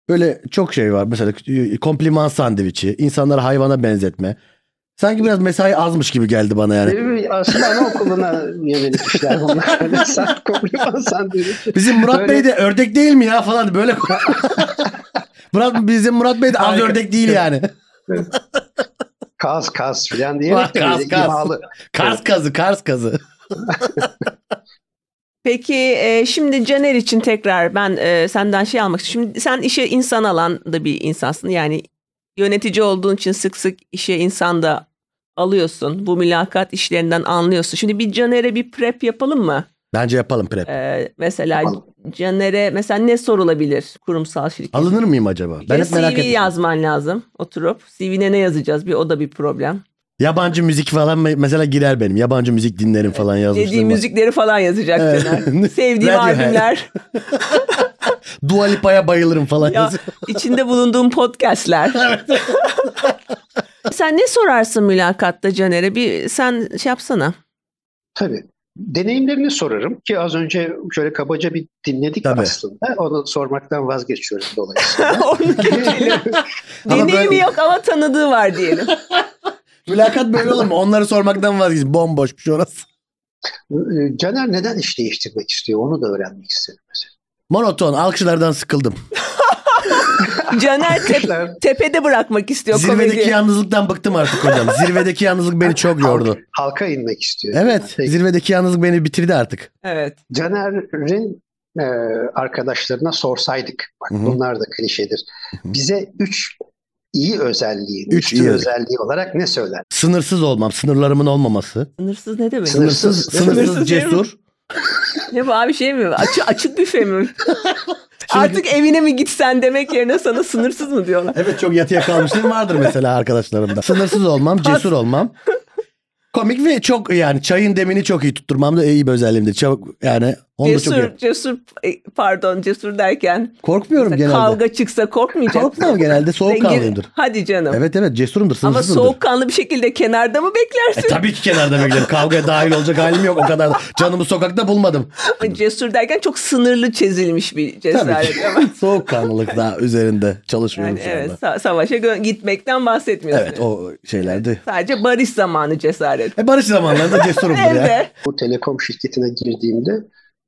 S1: Böyle çok şey var. Mesela kompliman sandviçi, insanları hayvana benzetme. Sanki biraz mesai azmış gibi geldi bana yani.
S3: Ee, Aslında anaokuluna yönelik
S2: *laughs*
S3: işler bunlar. Hani Öyle sert kompliman sandviç.
S1: Bizim Murat
S3: Öyle.
S1: Bey de ördek değil mi ya falan böyle. *laughs* Murat bizim Murat Bey de az
S3: Harika.
S1: ördek değil yani.
S3: Kaz kaz filan diyerek de
S1: Kaz,
S3: böyle
S1: kaz.
S3: imalı.
S1: Kars kazı, Kars kazı.
S2: Peki e, şimdi Caner için tekrar ben e, senden şey almak istiyorum. Şimdi sen işe insan alan da bir insansın. Yani yönetici olduğun için sık sık işe insan da alıyorsun. Bu mülakat işlerinden anlıyorsun. Şimdi bir Caner'e bir prep yapalım mı?
S1: Bence yapalım prep.
S2: E, mesela
S3: Yapalım.
S2: Caner'e mesela ne sorulabilir kurumsal şirket?
S1: Alınır mıyım acaba?
S2: Bir
S1: Ben
S2: kere
S1: hep merak
S2: CV
S1: ettim.
S2: yazman lazım oturup. CV'ne ne yazacağız? Bir o da bir problem.
S1: Yabancı müzik falan me- mesela girer benim. Yabancı müzik dinlerim falan yazmıştım.
S2: Dediği müzikleri falan yazacak
S1: Evet. *laughs*
S2: Caner. Sevdiğim
S1: Radiohead.
S2: albümler.
S1: Dua Lipa'ya bayılırım falan *laughs*
S2: Ya
S1: yazıyor.
S2: içinde
S1: *laughs*
S2: bulunduğum podcastler. *laughs* sen ne sorarsın mülakatta Caner'e? Bir sen
S1: *laughs*
S2: şey yapsana.
S3: Tabii. Deneyimlerini sorarım ki az önce şöyle kabaca bir dinledik
S1: Tabii.
S3: aslında. Onu sormaktan vazgeçiyorum dolayısıyla.
S2: Onu geçelim.
S1: Ama
S2: Deneyimi
S1: böyle-
S2: yok ama tanıdığı var diyelim.
S1: Mülakat böyle olur mu? Onları sormaktan vazgeç. Bomboş bir şey orası.
S3: Ee,
S2: *laughs*
S3: Caner neden iş değiştirmek istiyor? Onu da öğrenmek isterim mesela.
S1: Monoton. Alkışlardan sıkıldım.
S2: Caner
S1: *laughs*
S2: tep-
S3: Kuşlar.
S2: tepede bırakmak istiyor
S1: Zirvedeki
S2: komediyi.
S1: yalnızlıktan bıktım artık hocam. Zirvedeki yalnızlık beni çok yordu.
S3: Halk- halka inmek istiyor.
S1: Evet,
S3: Peki.
S1: zirvedeki yalnızlık beni bitirdi artık.
S2: Evet.
S3: Caner'in e, arkadaşlarına sorsaydık, bak
S1: Hı hı.
S3: bunlar da klişedir.
S1: hı.
S3: Bize üç iyi özelliği,
S1: Üç
S3: üç
S1: iyi
S3: özelliği olarak ne söyler?
S1: Sınırsız olmam, sınırlarımın olmaması.
S2: Sınırsız ne demek?
S3: Sınır-
S1: Sınırsız,
S3: Sınırsız-
S1: sınırsız
S2: Sınırsız değil mi?
S1: cesur.
S2: Ne bu abi şey mi? Açık, açık büfe mi?
S1: *laughs* Şimdi-
S2: Artık evine mi gitsen demek yerine sana sınırsız mı diyorlar?
S1: Evet çok yatıya kalmışlığım vardır mesela arkadaşlarımda. Sınırsız olmam, cesur olmam. Komik ve çok yani çayın demini çok iyi tutturmam da iyi bir özelliğimdir. Çabuk yani onu da çok iyi.
S2: Cesur, cesur e, pardon cesur derken
S1: Korkmuyorum
S2: mesela
S1: genelde.
S2: kavga çıksa korkmayacak.
S1: Korkmam genelde soğukkanlıyımdır.
S2: Hadi canım.
S1: Evet evet cesurumdur,
S2: Ama
S1: sınırsızımdır.
S2: soğukkanlı bir şekilde kenarda mı
S1: E
S2: beklersin?
S1: tabii ki kenarda beklerim. Kavgaya dahil olacak halim yok o kadar. da. Canımı sokakta bulmadım.
S2: Cesur derken çok sınırlı çizilmiş bir
S1: Tabii ki.
S2: cesaret ama.
S1: *laughs* Soğukkanlılık daha üzerinde çalışıyorum
S2: Yani
S1: şu
S2: evet
S1: anda.
S2: sa- savaşa gö- gitmekten bahsetmiyorsun.
S1: Evet o şeylerde.
S2: Sadece barış zamanı cesaret.
S1: E barış zamanlarında cesurumdur ya.
S2: Evde.
S3: Bu telekom şirketine girdiğimde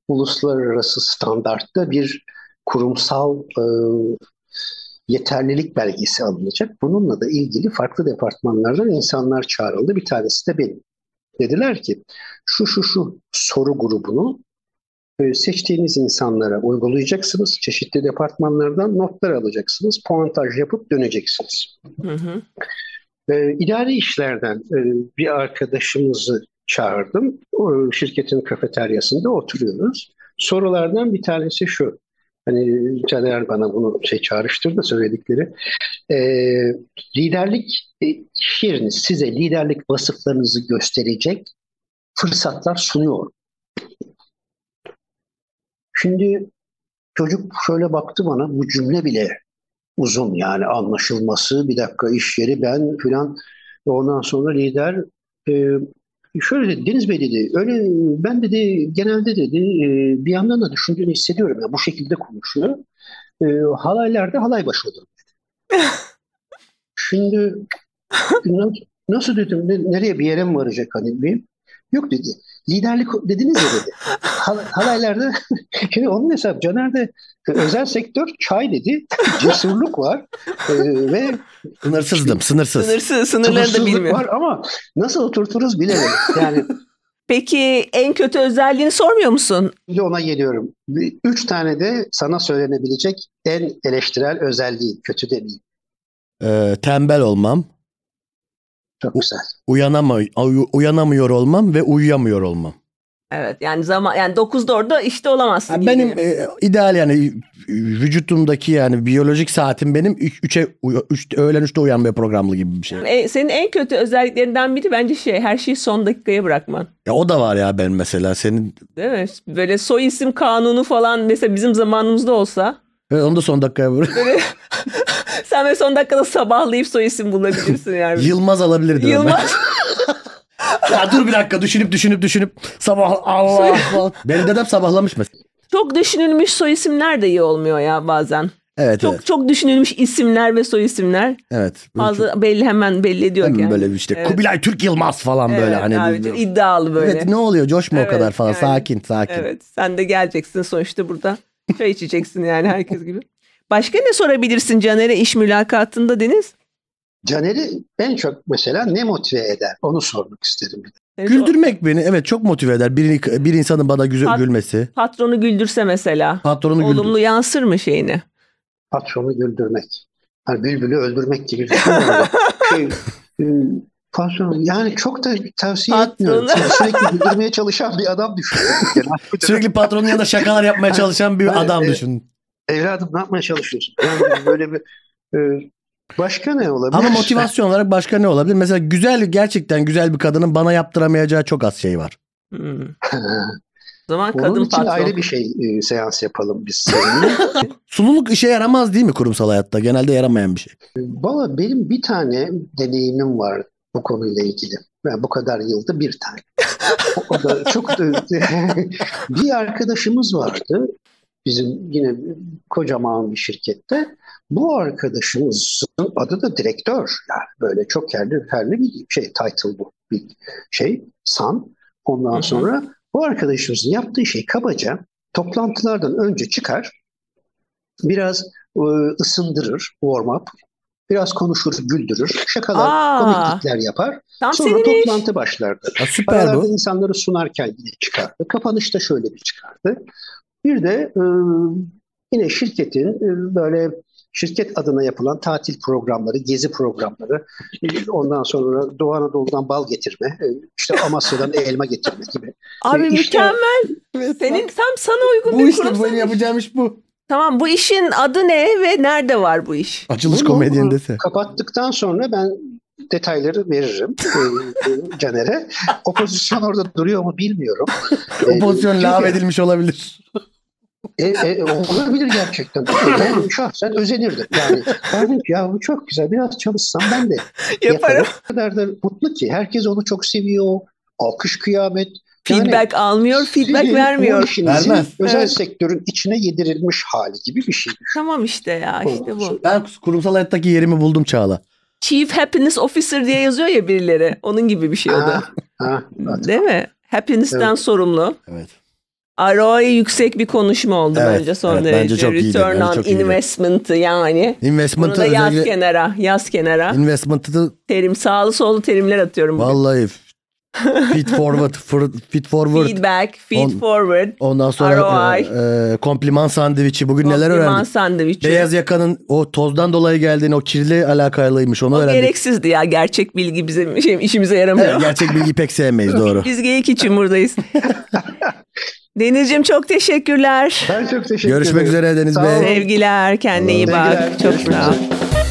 S3: uluslararası standartta bir kurumsal e, yeterlilik belgesi alınacak. Bununla da ilgili farklı departmanlardan insanlar çağrıldı. Bir tanesi de benim. Dediler ki şu şu şu soru grubunu e, seçtiğiniz insanlara uygulayacaksınız. Çeşitli departmanlardan notlar alacaksınız. Puantaj yapıp döneceksiniz.
S2: Hı hı.
S3: E, idari işlerden e, bir arkadaşımızı çağırdım. O şirketin kafeteryasında oturuyoruz. Sorulardan bir tanesi şu. Hani Caner bana bunu şey çağrıştırdı söyledikleri. E, liderlik e, iş yeriniz size liderlik vasıflarınızı gösterecek fırsatlar sunuyor. Şimdi çocuk şöyle baktı bana bu cümle bile uzun yani anlaşılması bir dakika iş yeri ben filan ondan sonra lider e, şöyle dedi Deniz Bey dedi öyle ben dedi genelde dedi e, bir yandan da düşündüğünü hissediyorum ya bu şekilde konuşuyor E, halaylarda halay başı olur dedi. Şimdi na- nasıl dedim ne- nereye bir yere mi varacak hani bir Yok dedi. Liderlik dediniz ya dedi. Hal- Halaylarda *laughs* şimdi onun hesabı Caner de özel sektör çay dedi. Cesurluk var e, ve
S1: Sınırsızdım, sınırsız.
S2: Sınırsız, sınırları da
S3: sabırsızlık
S2: bilmiyor.
S3: var ama nasıl oturturuz bilemedim. Yani
S2: Peki en kötü özelliğini sormuyor musun?
S3: bir de ona geliyorum. Bir- Üç tane de sana söylenebilecek en eleştirel özelliği. Kötü demeyeyim.
S1: Ee, tembel olmam,
S3: Çok güzel.
S1: uyanamay uy- uyanamıyor olmam ve uyuyamıyor olmam.
S2: Evet yani zaman yani 9'da orada işte olamazsın.
S1: Yani
S2: gibi.
S1: benim e, ideal yani vücudumdaki yani biyolojik saatim benim 3'e öğlen 3'te uyanmaya programlı gibi bir şey.
S2: E, senin en kötü özelliklerinden biri bence şey her şeyi son dakikaya bırakman.
S1: Ya o da var ya ben mesela senin
S2: Değil mi? Böyle soy isim kanunu falan mesela bizim zamanımızda olsa
S1: Evet, e, onu da son dakikaya vur.
S2: *laughs* sen ve son dakikada sabahlayıp soy
S1: *laughs*
S2: isim bulabilirsin yani.
S1: Yılmaz alabilirdim.
S2: Yılmaz.
S1: ya dur bir dakika düşünüp düşünüp düşünüp sabah Allah
S2: Şey-
S1: Allah. Benim dedem sabahlamış mesela.
S2: çok düşünülmüş soy isimler de iyi olmuyor ya bazen.
S1: Evet
S2: Çok
S1: evet.
S2: çok düşünülmüş isimler ve soy isimler
S1: Evet. Böyle
S2: fazla
S1: çok-
S2: belli hemen belli ediyor
S1: hemen
S2: yani.
S1: böyle işte
S2: Evet.
S1: Kubilay Türk Yılmaz falan böyle
S2: Evet
S1: hani.
S2: abi, çok iddialı böyle.
S1: Evet ne oluyor coşma
S2: Evet,
S1: o kadar falan
S2: yani.
S1: sakin sakin.
S2: Evet sen de geleceksin sonuçta burada çay içeceksin yani herkes gibi. Başka ne sorabilirsin Caner'e iş mülakatında Deniz?
S3: Caner'i en çok mesela ne motive eder? Onu sormak isterim.
S2: Seni sor-
S1: Güldürmek beni evet çok motive eder. Bir, bir insanın bana güzel
S2: Pat-
S1: gülmesi.
S2: Patronu güldürse mesela.
S1: Patronu güldür.
S2: Olumlu yansır mı şeyine?
S3: Patronu güldürmek. Hani bülbülü öldürmek gibi bir şey. var. Şey, e, patron yani çok da tavsiye
S2: Patron.
S3: etmiyorum. Çünkü Sürekli güldürmeye çalışan bir adam düşünüyorum. Yani-
S1: Sürekli patronun yanında şakalar
S2: *laughs*
S1: yapmaya çalışan bir
S3: Evet,
S1: adam
S3: evet.
S2: e,
S1: düşün.
S3: Evladım ne yapmaya çalışıyorsun? Yani böyle bir e, başka ne olabilir?
S1: Ama
S3: *laughs*
S1: motivasyon olarak başka ne olabilir? Mesela güzel gerçekten güzel bir kadının bana yaptıramayacağı çok az şey var.
S2: Hmm.
S3: Ha,
S2: O zaman
S3: Onun
S2: kadın
S3: için
S2: patron.
S3: ayrı bir şey e, seans yapalım biz seninle.
S1: Sululuk işe yaramaz değil mi kurumsal hayatta? Genelde yaramayan bir şey.
S3: Valla benim bir tane deneyimim var bu konuyla ilgili. Yani bu kadar yılda bir tane. O- O da çok da- *laughs* bir arkadaşımız vardı. Bizim yine kocaman bir şirkette. Bu arkadaşımızın adı da direktör. Yani böyle çok yerli, yerli bir şey title bu. Bir şey san.
S2: Hı
S3: Ondan
S2: hı.
S3: sonra bu arkadaşımızın yaptığı şey kabaca toplantılardan önce çıkar. Biraz ısındırır, warm up. Biraz konuşur, güldürür, şakalar,
S2: Aa.
S3: komiklikler yapar.
S2: Tam
S3: Sonra
S2: senin iş.
S3: toplantı başlardı.
S1: Ha, süper
S3: Paralarda
S1: bu.
S3: insanları sunarken yine çıkardı. Kapanışta şöyle bir çıkardı. Bir de e, yine şirketin e, böyle şirket adına yapılan tatil programları, gezi programları, e, ondan sonra Doğu Anadolu'dan bal getirme, e, işte Amasya'dan *laughs* elma getirme gibi.
S2: Abi
S3: İşte-
S2: mükemmel.
S1: Evet,
S2: Senin tam sana uygun
S1: bu
S2: bir
S1: işte
S2: kurumsal
S1: benim
S2: iş.
S1: yapacağım iş bu.
S2: Tamam bu işin adı ne ve nerede var bu iş?
S1: Açılış *laughs*
S3: Bunu-
S1: komedyenindese.
S3: Kapattıktan sonra ben detayları veririm e, e, *laughs* Caner'e. O pozisyon orada duruyor mu bilmiyorum.
S1: *laughs*
S3: E,
S1: O pozisyon
S3: Çünkü-
S1: lağvedilmiş olabilir.
S3: E, e, olabilir gerçekten. Ben şahsen özenirdim. Yani derdim ki ya bu çok güzel biraz çalışsam
S2: *laughs*
S3: ben de
S2: Yaparım.
S3: O kadar da mutlu ki herkes onu çok seviyor. Alkış kıyamet. Yani
S2: Feedback almıyor, feedback
S3: sizin bu
S2: vermiyor.
S3: işinizin
S1: Vermez.
S3: Özel
S2: Evet.
S3: sektörün içine yedirilmiş hali gibi bir şey.
S2: Tamam işte ya işte bu.
S1: Ben kurumsal hayattaki yerimi buldum Çağla.
S2: Chief Happiness Officer diye yazıyor ya birileri. Onun gibi bir şey o da.
S3: Ha, ha, hadi.
S2: Değil mi? Happiness'ten
S3: Evet.
S2: sorumlu.
S1: Evet.
S2: ROI yüksek bir konuşma oldu
S1: Evet,
S2: bence son
S1: evet,
S2: derece.
S1: bence çok iyiydi,
S2: Return
S1: bence
S2: on
S1: çok iyiydi.
S2: investment'ı yani. Bunu
S1: Investment'ı
S2: da yaz
S1: özellikle
S2: kenara, yaz kenara.
S1: investment'ı da
S2: Terim sağlı sollu terimler atıyorum. bugün.
S1: vallahi
S2: *laughs*
S1: fit forward, for- fit forward.
S2: Feedback, feed
S1: On-
S2: forward,
S1: Ondan sonra
S2: ROI.
S1: e, e, kompliman sandviçi. Bugün neler
S2: kompliman
S1: öğrendik?
S2: sandviçi.
S1: Beyaz yakanın o tozdan dolayı geldiğini o kirli alakalıymış onu
S2: O
S1: öğrendik.
S2: gereksizdi ya. Gerçek bilgi bizim *laughs* şey, işimize yaramıyor.
S1: Evet, gerçek bilgi pek sevmeyiz
S2: *laughs*
S1: doğru.
S2: Biz geyik
S1: *laughs*
S2: için buradayız. Denizciğim çok teşekkürler.
S3: Ben çok teşekkür
S1: Görüşmek
S3: ederim.
S1: üzere Deniz
S3: Sağ
S1: Bey.
S3: olun.
S2: Sevgiler, kendine iyi
S3: Sevgiler,
S2: bak. Çok
S3: görüşmek
S2: sağ ol.
S3: üzere.